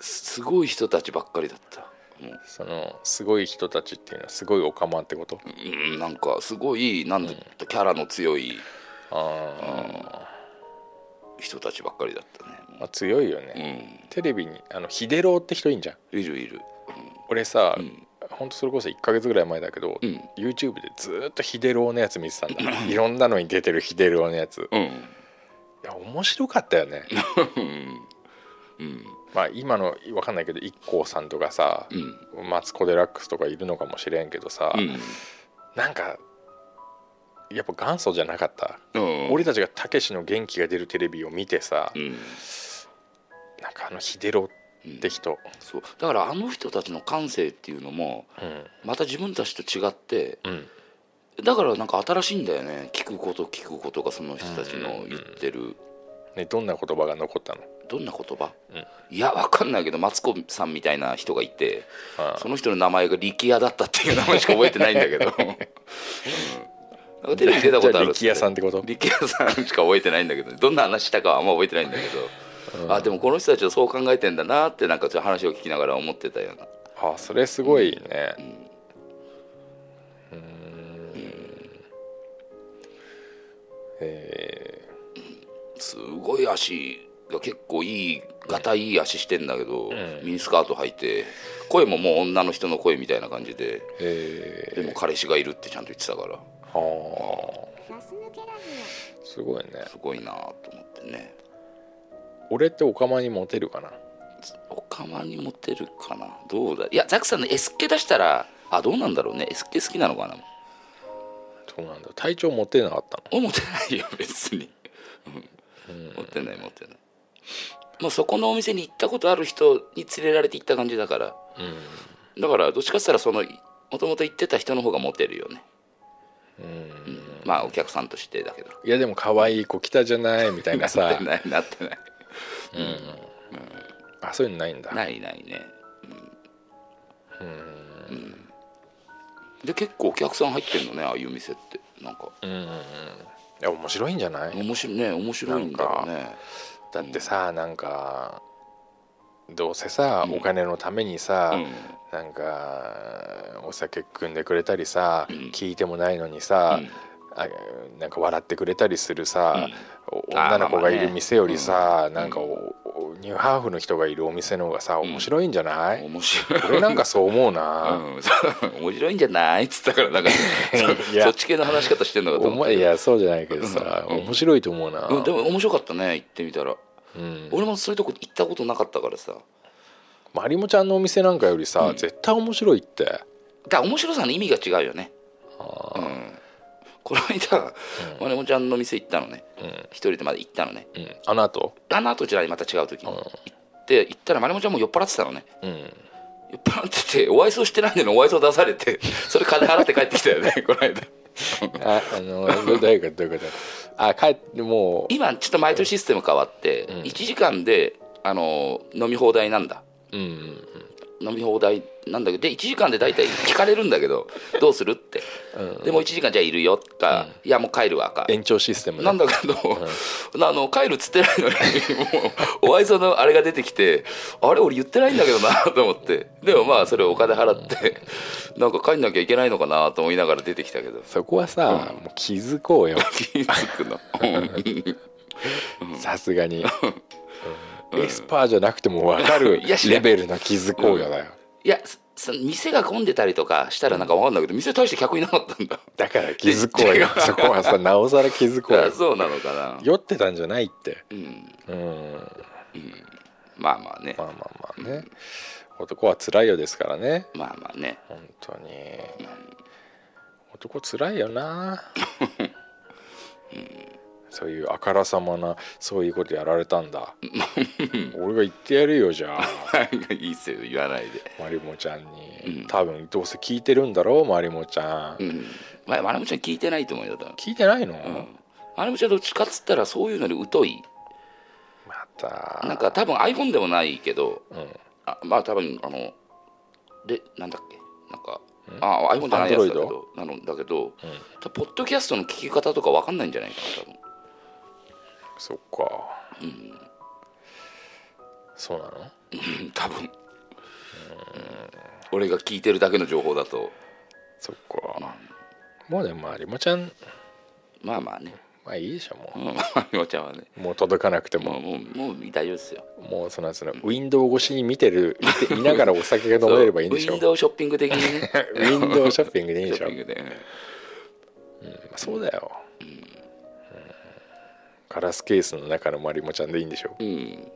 Speaker 3: すごい人たちばっかりだったもう
Speaker 4: そのすごい人たちっていうのはすごいオカマってこと、
Speaker 3: うんなんかすごいなんだ、キャラの強い
Speaker 4: あ
Speaker 3: 人たちばっかりだった
Speaker 4: ーまあ強いよ
Speaker 3: ね
Speaker 4: ね、テレビにあのヒデロウって人いんじゃん
Speaker 3: うんいるいる
Speaker 4: 俺さ、
Speaker 3: うん
Speaker 4: ほんとそれこそ1ヶ月ぐらい前だけど、
Speaker 3: うん
Speaker 4: YouTube でずーっとヒデロウのやつ見てたん だいろんなのに出てるヒデロウのやつい
Speaker 3: うん
Speaker 4: や面白かったよね
Speaker 3: うん
Speaker 4: まあ今の分かんないけど IKKO さんとかさ、
Speaker 3: うん
Speaker 4: マツコ・デラックスとかいるのかもしれんけどさ、なんかやっぱ元祖じゃなかった、
Speaker 3: うん
Speaker 4: 俺たちがたけしの元気が出るテレビを見てさ、
Speaker 3: うん
Speaker 4: なんかあのヒデロウって人、
Speaker 3: そうだからあの人たちの感性っていうのも
Speaker 4: うん
Speaker 3: また自分たちと違って
Speaker 4: うん
Speaker 3: だからなんか新しいんだよね聞くこと聞くことがその人たちの言ってる
Speaker 4: ね、どんな言葉が残ったの
Speaker 3: どんな言葉、
Speaker 4: うん
Speaker 3: いやわかんないけどマツコさんみたいな人がいて
Speaker 4: ああ
Speaker 3: その人の名前が力也だったっていう名前しか覚えてないんだ けど、うんなんかテレビ出たことある
Speaker 4: じゃあ力也さんってこと
Speaker 3: 力也さんしか覚えてないんだけどどんな話したかはあんま覚えてないんだけど、あでもこの人たちはそう考えてんだなってなんかちょっと話を聞きながら思ってたような
Speaker 4: あそれすごいねうんえ
Speaker 3: すごい足が結構いいがたいい足してんだけど、
Speaker 4: ん
Speaker 3: ミニスカート履いて声ももう女の人の声みたいな感じで
Speaker 4: え
Speaker 3: でも彼氏がいるってちゃんと言ってたから
Speaker 4: ー、はあすごいね
Speaker 3: すごいなと思ってね
Speaker 4: 俺ってオカマにモテるかな
Speaker 3: おかまにモテるかなどうだいやザクさんの S 系出したらあどうなんだろうね S 系好きなのかな
Speaker 4: そうなんだ体調モテなかったの
Speaker 3: 俺モテないよ 別に
Speaker 4: うん
Speaker 3: 持ってない持ってないもうそこのお店に行ったことある人に連れられて行った感じだからだからどっちかって言ったらそのもともと行ってた人の方がモテるよね
Speaker 4: うん、うん、
Speaker 3: まあお客さんとしてだけど
Speaker 4: いやでも可愛い子来たじゃないみたい な
Speaker 3: なっ
Speaker 4: さ
Speaker 3: てないなってない
Speaker 4: あそういうのないんだ
Speaker 3: ないないね
Speaker 4: うん
Speaker 3: で結構お客さん入ってんのねああいう店ってなんか
Speaker 4: うんうんうんいや面白いんじゃない、
Speaker 3: 面白いね面白いんだよね
Speaker 4: だってさなんかどうせさ、
Speaker 3: うん
Speaker 4: お金のためにさ、
Speaker 3: うん
Speaker 4: なんかお酒汲んでくれたりさ、
Speaker 3: うん
Speaker 4: 聞いてもないのにさ、
Speaker 3: うん
Speaker 4: あなんか笑ってくれたりするさ、お
Speaker 3: あー
Speaker 4: 女の子がい
Speaker 3: まあ
Speaker 4: る
Speaker 3: ね
Speaker 4: 店よりさ、
Speaker 3: ん
Speaker 4: なんかおおニューハーフの人がいるお店の方がさ
Speaker 3: ん
Speaker 4: 面白いんじゃない、
Speaker 3: 面白い
Speaker 4: 俺なんかそう思うな、
Speaker 3: うんそう面白いんじゃ ないっつったからなんか
Speaker 4: いや
Speaker 3: そっち系の話し方してんのかと
Speaker 4: お
Speaker 3: 思っ
Speaker 4: も
Speaker 3: て
Speaker 4: いやそうじゃないけどさ、
Speaker 3: うん
Speaker 4: 面白いと思うな、
Speaker 3: うんでも面白かったね行ってみたら
Speaker 4: うん
Speaker 3: 俺もそういうとこ行ったことなかったからさだか
Speaker 4: まりもちゃんのお店なんかよりさ、
Speaker 3: うん
Speaker 4: 絶対面白いって
Speaker 3: ら面白さの意味が違うよね
Speaker 4: あ
Speaker 3: う
Speaker 4: ー
Speaker 3: んこの間まねもちゃんの店行ったのね
Speaker 4: うん
Speaker 3: 一人でまで行ったのね
Speaker 4: うんあのあと
Speaker 3: あの後じゃないまた違う時
Speaker 4: うん
Speaker 3: にで行ったらまねもちゃんもう酔っ払ってたのね
Speaker 4: うん
Speaker 3: 酔っ払っててお愛想してないのにお愛想出されて それ金払って帰ってきたよね この間
Speaker 4: ああのどういうことどういうことあ帰っても
Speaker 3: 今ちょっと毎年システム変わって
Speaker 4: うん
Speaker 3: 1時間であの飲み放題なんだ
Speaker 4: ううんうん
Speaker 3: 飲み放題なんだけどで1時間で大体聞かれるんだけどどうするって
Speaker 4: うんうん
Speaker 3: でもう1時間じゃあいるよか、いやもう帰るわか
Speaker 4: 延長システムね
Speaker 3: なんだけど、あの帰るっつってないのにもうお 愛想のあれが出てきてあれ俺言ってないんだけどなと思ってでもまあそれをお金払ってなんか帰んなきゃいけないのかなと思いながら出てきたけど
Speaker 4: そこはさ、もう気づこうよ
Speaker 3: 気づくの
Speaker 4: さすがに、うんエスパーじゃなくても分かる
Speaker 3: いや知ら
Speaker 4: レ
Speaker 3: ん
Speaker 4: ベルの気づこうよだよ、
Speaker 3: いやそそ店が混んでたりとかしたらなんか分かんないけど店大して客いなかったんだ
Speaker 4: だから気づこうよそこはさなおさら気づこう
Speaker 3: あ
Speaker 4: よ
Speaker 3: そうなのかな
Speaker 4: 酔ってたんじゃないって
Speaker 3: うん
Speaker 4: うん
Speaker 3: まあまあね
Speaker 4: まあまあまあね男は辛いよですからね
Speaker 3: まあまあね
Speaker 4: 本当に男辛い よな、そういうあからさまなそういうことやられたんだ俺が言ってやるよじゃあ
Speaker 3: いいっすよ言わないで
Speaker 4: まりもちゃんに、
Speaker 3: うん
Speaker 4: 多分どうせ聞いてるんだろうまりもちゃん、
Speaker 3: うんまあまなもちゃん聞いてないと思うよ多分
Speaker 4: 聞いてないの、
Speaker 3: うんあれもちゃんどっちかっつったらそういうのに疎い
Speaker 4: また
Speaker 3: なんか多分 iPhone でもないけど
Speaker 4: うん、
Speaker 3: あまあ多分あのでなんだっけなんかあ iPhone じゃないやつだけどなのだけど、多分ポッドキャストの聞き方とかわかんないんじゃないかな多分
Speaker 4: そっか、そうなの
Speaker 3: うん多分俺が聞いてるだけの情報だと
Speaker 4: そっか、もうでもまりもちゃん
Speaker 3: まあまあね
Speaker 4: まあいいでしょも
Speaker 3: うんまりもちゃんはね
Speaker 4: うもう届かなくても
Speaker 3: もうもうもう大丈夫ですよ
Speaker 4: もうそのそのウィンドウ越しに見てる見て見ながらお酒が飲めればいいんでし
Speaker 3: ウ
Speaker 4: ょ
Speaker 3: ィ
Speaker 4: ウ
Speaker 3: ンドウショッピング的にね
Speaker 4: ィン ドウショッピングでいいんで
Speaker 3: シ
Speaker 4: し
Speaker 3: ョ
Speaker 4: ょ
Speaker 3: ッピングでうん
Speaker 4: まあそうだよ、うんガラスケースの中のまりもちゃんでいいんでしょ
Speaker 3: うん、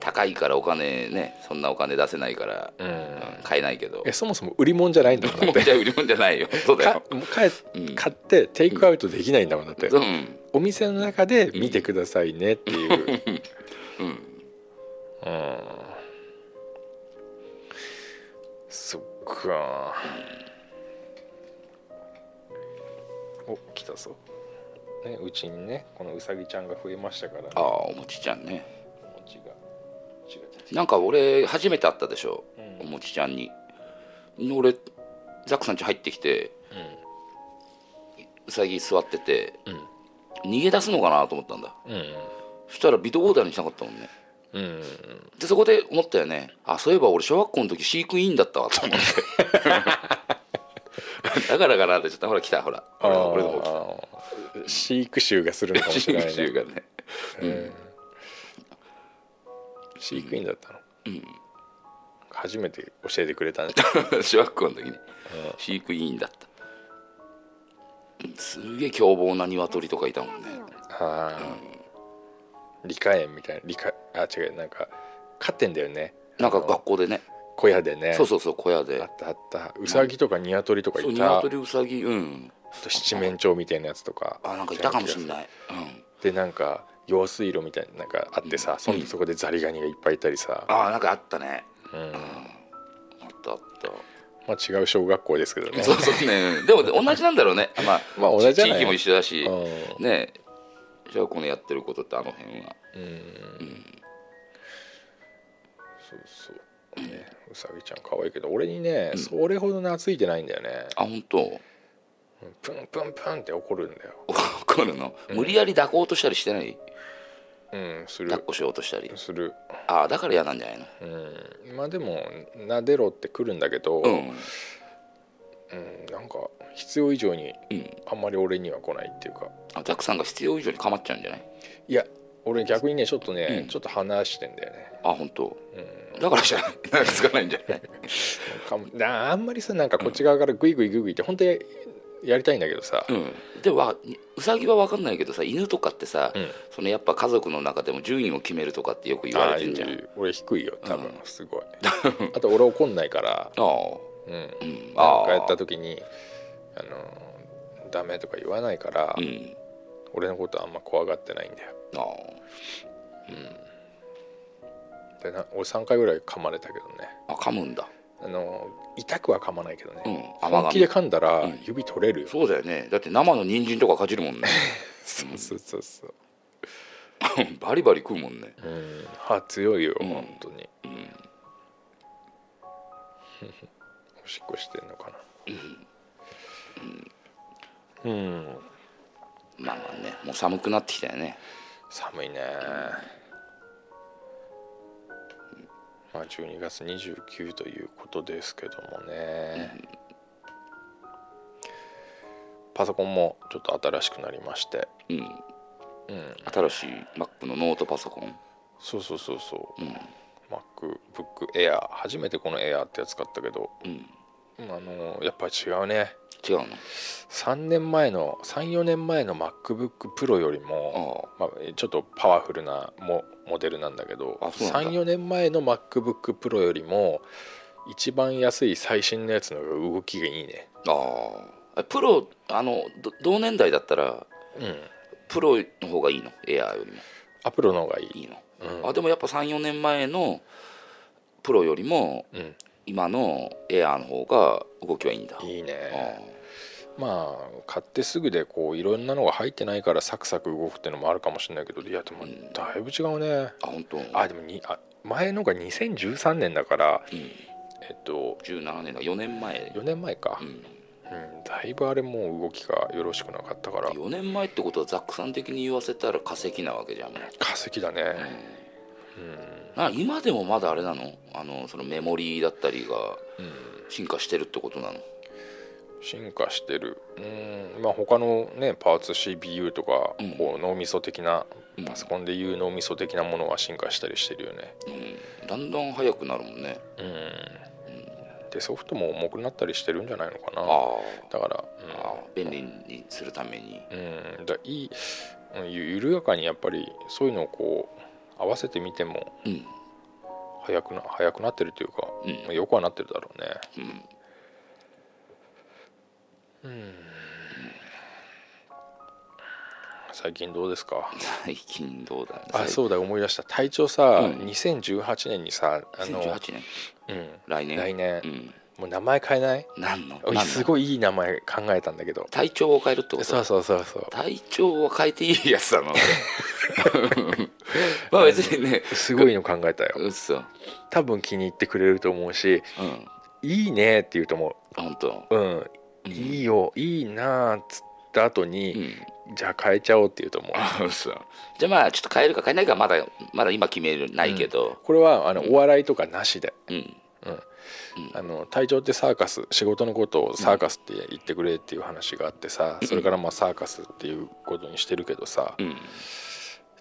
Speaker 3: 高いからお金ねそんなお金出せないから、
Speaker 4: ん
Speaker 3: うん買えないけど
Speaker 4: えそもそも売り物じゃないんだもんだ
Speaker 3: も
Speaker 4: っ
Speaker 3: うじ
Speaker 4: て
Speaker 3: ゃ売り物じゃ ないよそうだ
Speaker 4: か
Speaker 3: よ、
Speaker 4: もう買え
Speaker 3: うん
Speaker 4: 買ってテイクアウトできないんだもんだって、
Speaker 3: うん、
Speaker 4: お店の中で見てくださいねっていううんそっかお来たぞねうちにねこのうさぎちゃんが増えましたから、ね、
Speaker 3: ああおもちちゃんね
Speaker 4: お餅が餅が出てき
Speaker 3: なんか俺初めて会ったでしょ、
Speaker 4: うん
Speaker 3: おもちちゃんに俺ザックさん家入ってきてうさぎ座ってて、逃げ出すのかなと思ったんだ
Speaker 4: うん
Speaker 3: そしたらビドオーダーにしなかったもんね
Speaker 4: うんうん
Speaker 3: でそこで思ったよねあそういえば俺小学校の時飼育員だったわと思って だからかなってちょっとほら来たほら
Speaker 4: あ
Speaker 3: 俺の俺の方来た
Speaker 4: ー飼育臭がするのかもしれない、ね、
Speaker 3: 飼育員がね、うん
Speaker 4: 飼育員だったの、
Speaker 3: うん
Speaker 4: 初めて教えてくれた ね
Speaker 3: 小学校の時に飼育委員だったうんすげえ凶暴な鶏とかいたもんね
Speaker 4: ああ理科園みたいな理科あ違うなんか飼ってんだよね
Speaker 3: なんか
Speaker 4: あの
Speaker 3: 学校でね
Speaker 4: 小屋でね
Speaker 3: そうそうそう小屋で
Speaker 4: あったあったウサギとかニワトリとか
Speaker 3: そう
Speaker 4: いたあ
Speaker 3: 鶏うさぎうん
Speaker 4: と七面鳥みたいなやつとか
Speaker 3: あなんかいたかもしん
Speaker 4: い
Speaker 3: ないうん
Speaker 4: でなんか用水路みたいななんかあってさ、そん
Speaker 3: うん
Speaker 4: そこでザリガニがいっぱいいたりさ、
Speaker 3: あなんかあったね
Speaker 4: うん
Speaker 3: うんあったあった
Speaker 4: まあ違う小学校ですけど ね
Speaker 3: そうそうね。でも同じなんだろう ね。まあ、
Speaker 4: まあ同じじゃない
Speaker 3: 地域も一緒だし、
Speaker 4: う
Speaker 3: ねじゃあこのやってることってあの辺は。
Speaker 4: ん、うん、そうそうねうさぎちゃん可愛いけど俺にね、
Speaker 3: うん
Speaker 4: それほど懐いてないんだよね
Speaker 3: あ、本当。
Speaker 4: プンプンプンって怒るんだよ
Speaker 3: こるの。無理やり抱こうとしたりしてない。
Speaker 4: うんす
Speaker 3: 抱っ
Speaker 4: る
Speaker 3: こしようとしたり。
Speaker 4: する
Speaker 3: ああ、だから嫌なんじゃないの。
Speaker 4: うんまあでもなでろってくるんだけど、
Speaker 3: うん。
Speaker 4: うんなんか必要以上に
Speaker 3: うん。
Speaker 4: あんまり俺には来ないっていうか
Speaker 3: あ、ザックさんが必要以上に構っちゃうんじゃない。
Speaker 4: いや俺逆にねちょっとね、
Speaker 3: うん
Speaker 4: ちょっと離してんだよね
Speaker 3: あ、本当。
Speaker 4: うん
Speaker 3: だからじゃない。なんかつかないんじゃない。
Speaker 4: かもなあんまりさなんかこっち側からグイグイグイグイって本当にやりたいんだけどさ、
Speaker 3: うん。でもわ、うさぎはわかんないけどさ、犬とかってさ、
Speaker 4: うん
Speaker 3: そのやっぱ家族の中でも順位を決めるとかってよく言わ
Speaker 4: ああ
Speaker 3: れて
Speaker 4: い
Speaker 3: んじゃん。
Speaker 4: う俺低いよ多分、
Speaker 3: うん
Speaker 4: す ごいあと俺怒んないか
Speaker 3: あ
Speaker 4: ら、
Speaker 3: あ。
Speaker 4: うん、
Speaker 3: うん。
Speaker 4: なん
Speaker 3: あ
Speaker 4: か
Speaker 3: あ。
Speaker 4: やった時にあのダメとか言わないから、
Speaker 3: うん。
Speaker 4: 俺のことあんま怖がってないんだよ
Speaker 3: ああ。
Speaker 4: でな俺3回ぐらい噛まれたけどね
Speaker 3: あ噛むんだ、
Speaker 4: あの痛くは噛まないけど
Speaker 3: うん
Speaker 4: ね、、
Speaker 3: 甘
Speaker 4: 本気で
Speaker 3: 噛
Speaker 4: 噛んだら
Speaker 3: うん
Speaker 4: 指取れるよ、
Speaker 3: みそうだよねだって生の人参とかかじるもんね
Speaker 4: そうそうそうそう、
Speaker 3: バリバリ食うもん ね
Speaker 4: うん、歯強いよ、
Speaker 3: うん
Speaker 4: 本当に
Speaker 3: うん、
Speaker 4: おしっこしてんのかなうん、
Speaker 3: まあまあねもう寒くなってきたよね
Speaker 4: 寒いねまあ12月29ということですけどもね、パソコンもちょっと新しくなりまして
Speaker 3: うん
Speaker 4: うん
Speaker 3: 新しい Mac のノートパソコン
Speaker 4: そうそうそうそう、
Speaker 3: うん
Speaker 4: MacBook Air 初めてこの Air ってやつ買ったけど、
Speaker 3: うん
Speaker 4: うんあのやっぱり違うね
Speaker 3: 違うの
Speaker 4: 3年前の34年前の MacBookPro よりも、
Speaker 3: あ
Speaker 4: まあ、ちょっとパワフルなモモデルなんだけど
Speaker 3: あそうなんだ
Speaker 4: 34年前の MacBookPro よりも一番安い最新のやつの方が動きがいいね
Speaker 3: あああプロあのど同年代だったら
Speaker 4: うん
Speaker 3: プロの方がいいのエアーよりも
Speaker 4: アプロの方がいい
Speaker 3: いいの、
Speaker 4: うん
Speaker 3: あでもやっぱ34年前のプロよりも
Speaker 4: うん
Speaker 3: 今のエアーの方が動きはいいんだ
Speaker 4: いい
Speaker 3: あ
Speaker 4: ね
Speaker 3: あ
Speaker 4: まあ買ってすぐでこういろんなのが入ってないからサクサク動くってのもあるかもしれないけどいやでも
Speaker 3: うん
Speaker 4: だいぶ違うね
Speaker 3: あ本当。
Speaker 4: あでもにあ前のが2013年だから
Speaker 3: うん
Speaker 4: えっと
Speaker 3: 17年だ4年前、
Speaker 4: 4年前か
Speaker 3: う、ん、
Speaker 4: うん、だいぶあれもう動きがよろしくなかったから
Speaker 3: 4年前ってことはザックさん的に言わせたら化石なわけじゃん、
Speaker 4: 化石だ
Speaker 3: うん
Speaker 4: ねうん
Speaker 3: な今でもまだあれなのあのそのメモリーだったりが
Speaker 4: うん
Speaker 3: 進化してるってことなの
Speaker 4: 進化してるうんまあ他のねパーツ CPU とか、
Speaker 3: うん
Speaker 4: こう脳みそ的な
Speaker 3: うん
Speaker 4: パソコンでいう脳みそ的なものは進化したりしてるよね
Speaker 3: うん、だんだん速くなるもんね
Speaker 4: うん、でソフトも重くなったりしてるんじゃないのか
Speaker 3: あ
Speaker 4: な
Speaker 3: ー
Speaker 4: だから
Speaker 3: あー便利にするために
Speaker 4: うん、うん、だいいうんゆ緩やかにやっぱりそういうのをこう合わせてみても
Speaker 3: うん
Speaker 4: 早くな早くなってるというか、
Speaker 3: うん
Speaker 4: まあよくはなってるだろうね
Speaker 3: うん
Speaker 4: 最近どうですか
Speaker 3: 最近どうだ
Speaker 4: あ
Speaker 3: う
Speaker 4: そうだ思い出した隊長さ、
Speaker 3: うん
Speaker 4: 2018年にさあの、
Speaker 3: 2018年
Speaker 4: うん、
Speaker 3: 来年
Speaker 4: 来年、
Speaker 3: うん
Speaker 4: もう名前変えない
Speaker 3: 何の
Speaker 4: お
Speaker 3: 何
Speaker 4: い
Speaker 3: の
Speaker 4: すごいいい名前考えたんだけど
Speaker 3: 体調を変えるってこと
Speaker 4: そうそうそうそう
Speaker 3: 体調を変えていいやつな のまあ別にね
Speaker 4: すごいの考えたよ
Speaker 3: うっそうん
Speaker 4: 多分気に入ってくれると思うしいいねって言うと思
Speaker 3: 本当
Speaker 4: ううん
Speaker 3: うん
Speaker 4: いいよいいなーっつった後
Speaker 3: う
Speaker 4: に、
Speaker 3: ん
Speaker 4: じゃあ変えちゃおうって言うと思う
Speaker 3: あそうじゃあまあちょっと変えるか変えないかまだまだ今決めるないけど
Speaker 4: これはあの
Speaker 3: うん
Speaker 4: お笑いとかなしで、
Speaker 3: うん
Speaker 4: うん
Speaker 3: うん
Speaker 4: あの隊長ってサーカス仕事のことをサーカスって言ってくれっていう話があってさ、それからまあサーカスっていうことにしてるけどさ、
Speaker 3: うん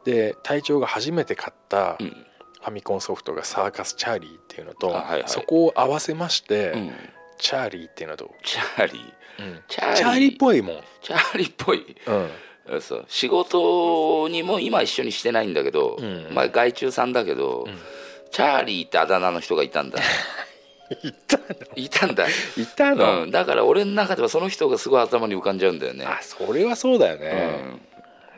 Speaker 4: で隊長が初めて買った
Speaker 3: うん
Speaker 4: ファミコンソフトがサーカスチャーリーっていうのと、
Speaker 3: あはいはい
Speaker 4: そこを合わせまして、
Speaker 3: うん、
Speaker 4: チャーリーっていうのと、
Speaker 3: チャーリーチャーリー
Speaker 4: チャーリーっぽいもん、
Speaker 3: チャーリーっぽい
Speaker 4: うん、
Speaker 3: そう仕事にも今一緒にしてないんだけど、
Speaker 4: うん
Speaker 3: 前外注さんだけど、
Speaker 4: ん
Speaker 3: チャーリーってあだ名の人がいたんだ
Speaker 4: いたの
Speaker 3: いたんだ、
Speaker 4: いたの、
Speaker 3: うん、だから俺の中ではその人がすごい頭に浮かんじゃうんだよね
Speaker 4: あそれはそうだよ
Speaker 3: う
Speaker 4: ね、
Speaker 3: ん、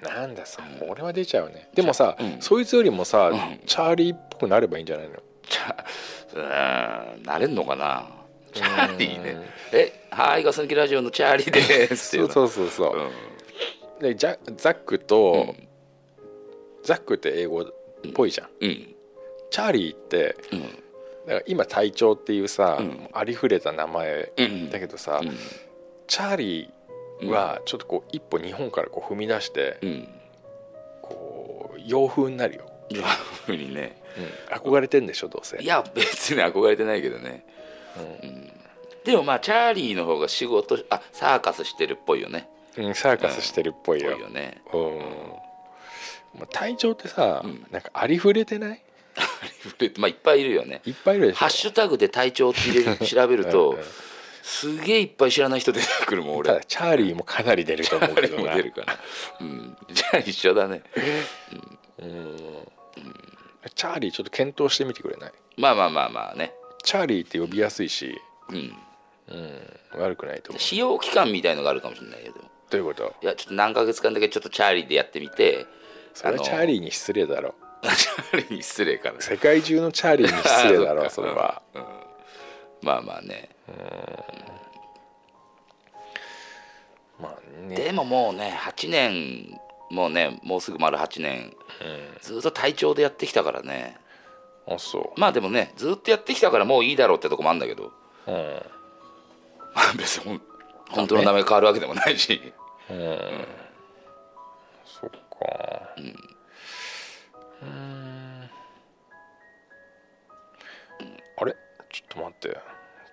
Speaker 4: なんだそれは出ちゃうねでもさ、
Speaker 3: うん
Speaker 4: そいつよりもさ、
Speaker 3: うん
Speaker 4: チャーリーっぽくなればいいんじゃないの
Speaker 3: チャうんなれんのかなチャーリーねえはいガス抜きラジオのチャーリーですってい
Speaker 4: そううそううそうそ
Speaker 3: ん
Speaker 4: う、でジャザックと、
Speaker 3: うん
Speaker 4: ザックって英語っぽいじゃん、
Speaker 3: うん
Speaker 4: チャーリーって
Speaker 3: うん
Speaker 4: だから今隊長っていうさ、
Speaker 3: うん
Speaker 4: ありふれた名前
Speaker 3: うん
Speaker 4: だけどさ、
Speaker 3: うん
Speaker 4: チャーリーはちょっとこう一歩日本からこう踏み出して、
Speaker 3: うん
Speaker 4: こう洋風になるよ、
Speaker 3: ジャーリーね
Speaker 4: 憧れてんでしょどうせ
Speaker 3: いや別に憧れてないけどねでもまあチャーリーの方が仕事あサーカスしてるっぽいよね
Speaker 4: うん、うんサーカスしてるっぽい
Speaker 3: ぽい
Speaker 4: よ
Speaker 3: よね
Speaker 4: うんまあ隊長ってさ、
Speaker 3: うん
Speaker 4: なんかありふれてない
Speaker 3: まあいっぱいいるよ ね
Speaker 4: いっぱいいるでしょ
Speaker 3: ハッシュタグで体調って入れる調べる
Speaker 4: うん
Speaker 3: と
Speaker 4: うん
Speaker 3: すげえいっぱい知らない人出てくるもん俺
Speaker 4: ただチャーリーもかなり出ると思うけ
Speaker 3: 誰
Speaker 4: ど
Speaker 3: も
Speaker 4: な
Speaker 3: 出るからうんじゃあ一緒だね
Speaker 4: うんチャーリーちょっと検討してみてくれない
Speaker 3: まあまあまあまあね
Speaker 4: チャーリーって呼びやすいし、
Speaker 3: うん
Speaker 4: うん、悪くないと思う
Speaker 3: 使用期間みたいのがあるかもしれないけど
Speaker 4: どういうこと
Speaker 3: いやちょっと何ヶ月間だけちょっとチャーリーでやってみ て
Speaker 4: それはチャーリーに失礼だろ
Speaker 3: あのチャーリーに失礼かな
Speaker 4: 世界中のチャーリーに失礼だ
Speaker 3: あー
Speaker 4: ろ
Speaker 3: そ
Speaker 4: そ
Speaker 3: っか
Speaker 4: れは
Speaker 3: まあまあね
Speaker 4: まあね
Speaker 3: でももうね8年もうねもうすぐ丸8年ずっと体調でやってきたからね
Speaker 4: あそ
Speaker 3: まあでもねずっとやってきたからもういいだろうってとこもあるんだけど
Speaker 4: ううん
Speaker 3: まあ別にほん本当の名前変わるわけでもないし
Speaker 4: そっかうんあれちょっと待って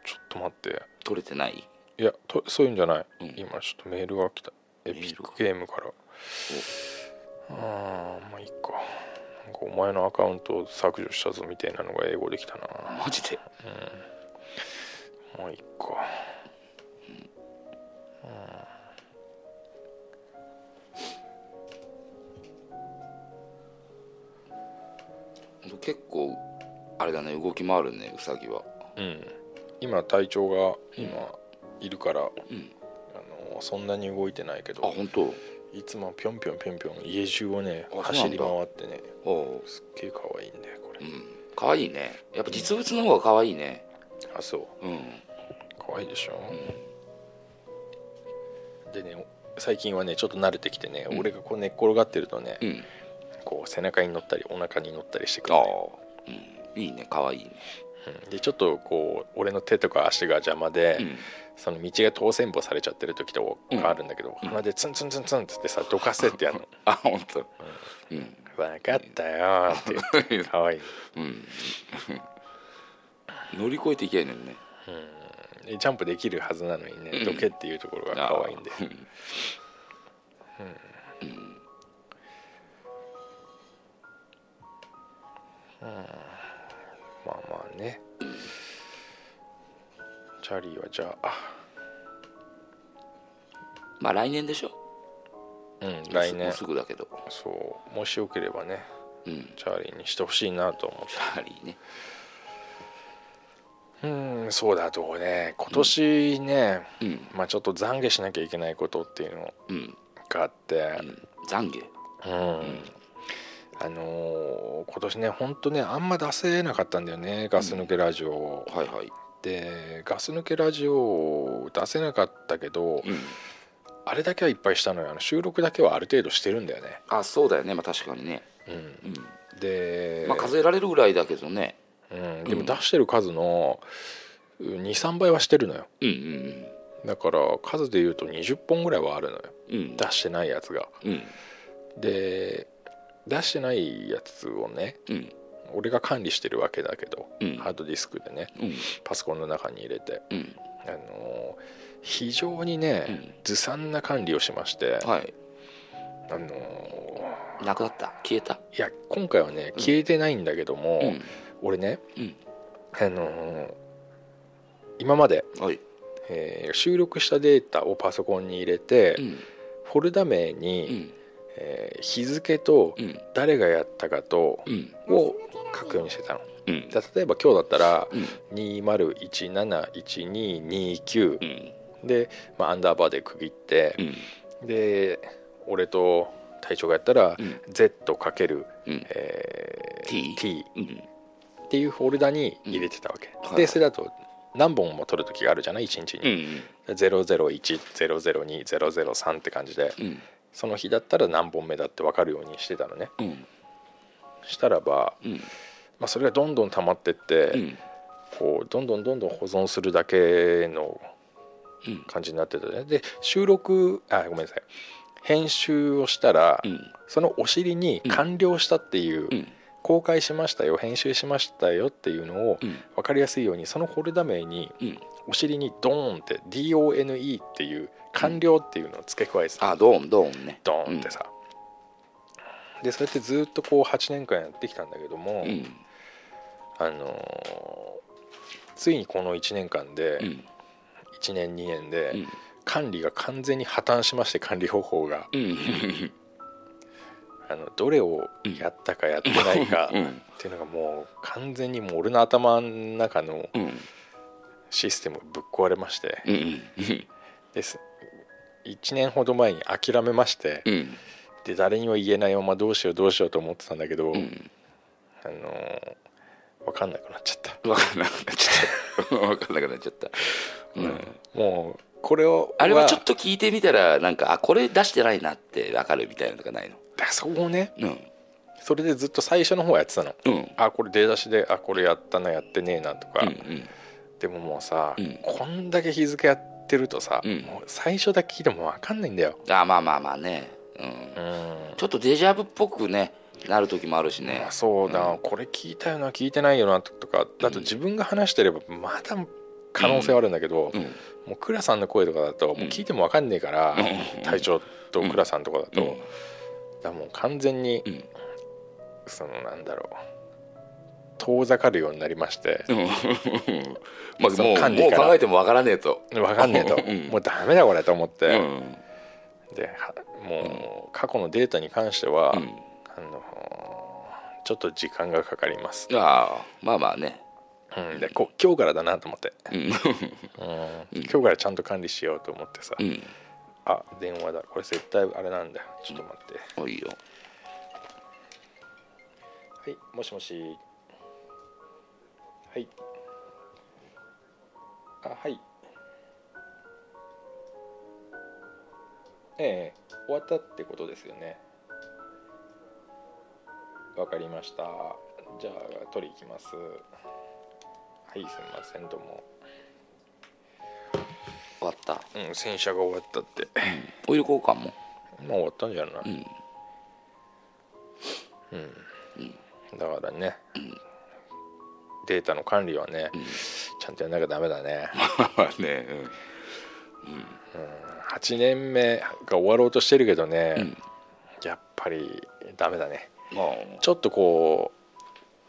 Speaker 4: ちょっと待って
Speaker 3: 取れてない
Speaker 4: いやとそういうんじゃない、
Speaker 3: ん
Speaker 4: 今ちょっとメールが来たエ
Speaker 3: ルが
Speaker 4: ピックゲームからあーまあいいかなんかお前のアカウントを削除したぞみたいなのが英語できたな
Speaker 3: マジで
Speaker 4: まあいいか
Speaker 3: 結構あれだね動き回るねウサギは
Speaker 4: うん今体調が今いるから、
Speaker 3: ん
Speaker 4: あのそんなに動いてないけ
Speaker 3: あ
Speaker 4: ど
Speaker 3: 本当
Speaker 4: いつもぴょんぴょんぴょんぴょん家中をね
Speaker 3: あそうなんだ
Speaker 4: 走り回ってね
Speaker 3: おう
Speaker 4: すっげえ可愛いんだよこれ、
Speaker 3: うん可愛いねやっぱ実物の方が可愛いね
Speaker 4: あそう
Speaker 3: うん
Speaker 4: 可愛いでしょ、でね最近はねちょっと慣れてきてね、
Speaker 3: うん
Speaker 4: 俺がこう寝っ転がってるとね、
Speaker 3: うん
Speaker 4: こう背中に乗ったりお腹に乗ったりしてく
Speaker 3: あ
Speaker 4: る
Speaker 3: あ
Speaker 4: のね、
Speaker 3: うんいいね可愛いね
Speaker 4: うんでちょっとこう俺の手とか足が邪魔で、その道が当選歩されちゃってる時とかあるんだけど、鼻でツンツンツンツンっつってさどかせって やるの
Speaker 3: あ本当うん
Speaker 4: 「分かったよ」って 言って可愛い
Speaker 3: うん 乗り越えていけないのにね
Speaker 4: でジャンプできるはずなのにね
Speaker 3: ん
Speaker 4: どけっていうところが可愛いんで
Speaker 3: あ、ー
Speaker 4: まあまあねチャーリーはじゃあ
Speaker 3: まあ来年でしょ
Speaker 4: うん来
Speaker 3: も
Speaker 4: 年
Speaker 3: うすぐだけど
Speaker 4: そうもしよければね
Speaker 3: うん
Speaker 4: チャーリーにしてほしいなと思っ
Speaker 3: チャーリーね
Speaker 4: てうんそうだあとね今年ね、
Speaker 3: うん
Speaker 4: まあ、ちょっと懺悔しなきゃいけないことっていうの
Speaker 3: うん
Speaker 4: があって
Speaker 3: うん懺悔
Speaker 4: うん、あのー今年ねほんとねあんま出せなかったんだよねガス抜けラジオを、
Speaker 3: はいはい
Speaker 4: でガス抜けラジオを出せなかったけ
Speaker 3: う
Speaker 4: ど
Speaker 3: ん
Speaker 4: あれだけはいっぱいしたのよあの収録だけはある程度してるんだよね、
Speaker 3: あそうだよねまあ確かにね
Speaker 4: うん、
Speaker 3: うん
Speaker 4: で、
Speaker 3: まあ数えられるぐらいだけどね
Speaker 4: うん、でも出してる数の23倍はしてるのよ
Speaker 3: うん
Speaker 4: だから数で言うと20本ぐらいはあるのよ
Speaker 3: うんうん
Speaker 4: 出してないやつが
Speaker 3: うん
Speaker 4: で出してないやつをね
Speaker 3: うん
Speaker 4: 俺が管理してるわけだけど、
Speaker 3: うん
Speaker 4: ハードディスクでね
Speaker 3: うん
Speaker 4: パソコンの中に入れて、
Speaker 3: うん
Speaker 4: あのー非常にね、
Speaker 3: うん
Speaker 4: ずさんな管理をしまして、
Speaker 3: はい
Speaker 4: あのー
Speaker 3: なくなった消えた
Speaker 4: いや今回はね消えてないんだけども、
Speaker 3: うん
Speaker 4: 俺ね、
Speaker 3: うん
Speaker 4: あのー今まで、
Speaker 3: はい
Speaker 4: えー収録したデータをパソコンに入れて、
Speaker 3: うん
Speaker 4: フォルダ名
Speaker 3: う
Speaker 4: に、
Speaker 3: ん
Speaker 4: えー日付と
Speaker 3: うん
Speaker 4: 誰がやったかと
Speaker 3: うん
Speaker 4: を書くようにしてたの。
Speaker 3: うん
Speaker 4: じゃあ例えば今日だったら
Speaker 3: うん
Speaker 4: 20171229
Speaker 3: うん
Speaker 4: で、まあ、アンダーバーで区切って
Speaker 3: う、ん
Speaker 4: で俺と隊長がやったら、
Speaker 3: うん
Speaker 4: Z かける、
Speaker 3: うん
Speaker 4: えー
Speaker 3: T
Speaker 4: T
Speaker 3: うん
Speaker 4: っていうフォルダに入れてたわけ、
Speaker 3: うんはい
Speaker 4: でそれだと何本も取る時があるじゃない1日
Speaker 3: う
Speaker 4: に、
Speaker 3: ん
Speaker 4: 0010020030って感じで
Speaker 3: うん
Speaker 4: その日だったら何本目だって分かるようにしてたのね
Speaker 3: うん
Speaker 4: したらば、
Speaker 3: うん
Speaker 4: まあ、それがどんどん溜まってって、
Speaker 3: うん
Speaker 4: こうどんどんどんどん保存するだけの
Speaker 3: うん
Speaker 4: 感じになってたねで収録あごめんなさい編集をしたら、
Speaker 3: うん
Speaker 4: そのお尻に完了したっていう、
Speaker 3: うん
Speaker 4: 公開しましたよ編集しましたよっていうのを
Speaker 3: うん
Speaker 4: 分かりやすいようにそのフォルダ名に
Speaker 3: うん
Speaker 4: お尻にドーンって DONE っていう完了っていうのを付け加えてた、
Speaker 3: あドーンドーンね
Speaker 4: ドーンってさ、でそうやってずっとこう8年間やってきたんだけども、
Speaker 3: うん
Speaker 4: あのーついにこの1年間で、
Speaker 3: うん
Speaker 4: 1年2年
Speaker 3: う
Speaker 4: で
Speaker 3: ん
Speaker 4: 管理が完全に破綻しまして管理方法が
Speaker 3: うん
Speaker 4: あのどれをやったかやってないか
Speaker 3: うん
Speaker 4: っていうのがもう完全にもう俺の頭の中の
Speaker 3: うん
Speaker 4: システムがぶっ壊れまして
Speaker 3: うんうん
Speaker 4: です1年ほど前に諦めまして
Speaker 3: うん
Speaker 4: で誰にも言えないままどうしようどうしようと思ってたんだけど、
Speaker 3: うん
Speaker 4: あの分かんなくなっちゃった
Speaker 3: 分かんなくなっちゃった分かんなくなっちゃったうん
Speaker 4: もうこれを
Speaker 3: あれはちょっと聞いてみたらなんかあこれ出してないなって分かるみたいなのとかないの
Speaker 4: だそこをね
Speaker 3: うん
Speaker 4: それでずっと最初の方はやってたの
Speaker 3: うん
Speaker 4: あこれ出だしであこれやったなやってねえなとか、
Speaker 3: うんうん
Speaker 4: でももうさ、
Speaker 3: うん
Speaker 4: こんだけ日付やってるとさ、
Speaker 3: うん
Speaker 4: もう最初だけ聞いても分かんないんだよ。
Speaker 3: あまあまあまあね、うん、
Speaker 4: うん
Speaker 3: ちょっとデジャブっぽくねなる時もあるしね
Speaker 4: あそうだ、
Speaker 3: うん
Speaker 4: これ聞いたよな聞いてないよなとかだと自分が話してればまだ可能性はあるんだけど、
Speaker 3: うん
Speaker 4: もう倉さんの声とかだともう聞いても分かんねえから、
Speaker 3: うん
Speaker 4: 隊長と倉さんとかだと、
Speaker 3: うん
Speaker 4: だからもう完全に、
Speaker 3: うん
Speaker 4: そのなんだろう遠ざかるようになりまして、
Speaker 3: うんまあ
Speaker 4: その
Speaker 3: もう
Speaker 4: 管
Speaker 3: も
Speaker 4: 理
Speaker 3: う
Speaker 4: から
Speaker 3: 考えてもわからねえと、
Speaker 4: 分かんねえと、
Speaker 3: うん
Speaker 4: もうダメだこれと思っ
Speaker 3: う
Speaker 4: て、
Speaker 3: ん
Speaker 4: ではもう過去のデータに関しては、
Speaker 3: うん、
Speaker 4: あのちょっと時間がかかります、
Speaker 3: ああまあまあね、
Speaker 4: うん、でこ今日からだなと思って、
Speaker 3: うん
Speaker 4: うん、今日からちゃんと管理しようと思ってさ、
Speaker 3: うん、
Speaker 4: あ電話だこれ絶対あれなんだよちょっと待って、
Speaker 3: おいよ
Speaker 4: はいもしもしはいあはいええ終わったってことですよねわかりましたじゃあ取り行きますはいすみませんどうも
Speaker 3: 終わった
Speaker 4: うん洗車が終わったって
Speaker 3: オイル交換も
Speaker 4: もう終わったんじゃな
Speaker 3: う
Speaker 4: い、
Speaker 3: ん
Speaker 4: だからね、データの管理はね、ちゃんとやんなきゃダメだね
Speaker 3: まあ ねうん
Speaker 4: 8年目が終わろうとしてるけどね、
Speaker 3: うん
Speaker 4: やっぱりダメだね
Speaker 3: まあ
Speaker 4: ちょっとこ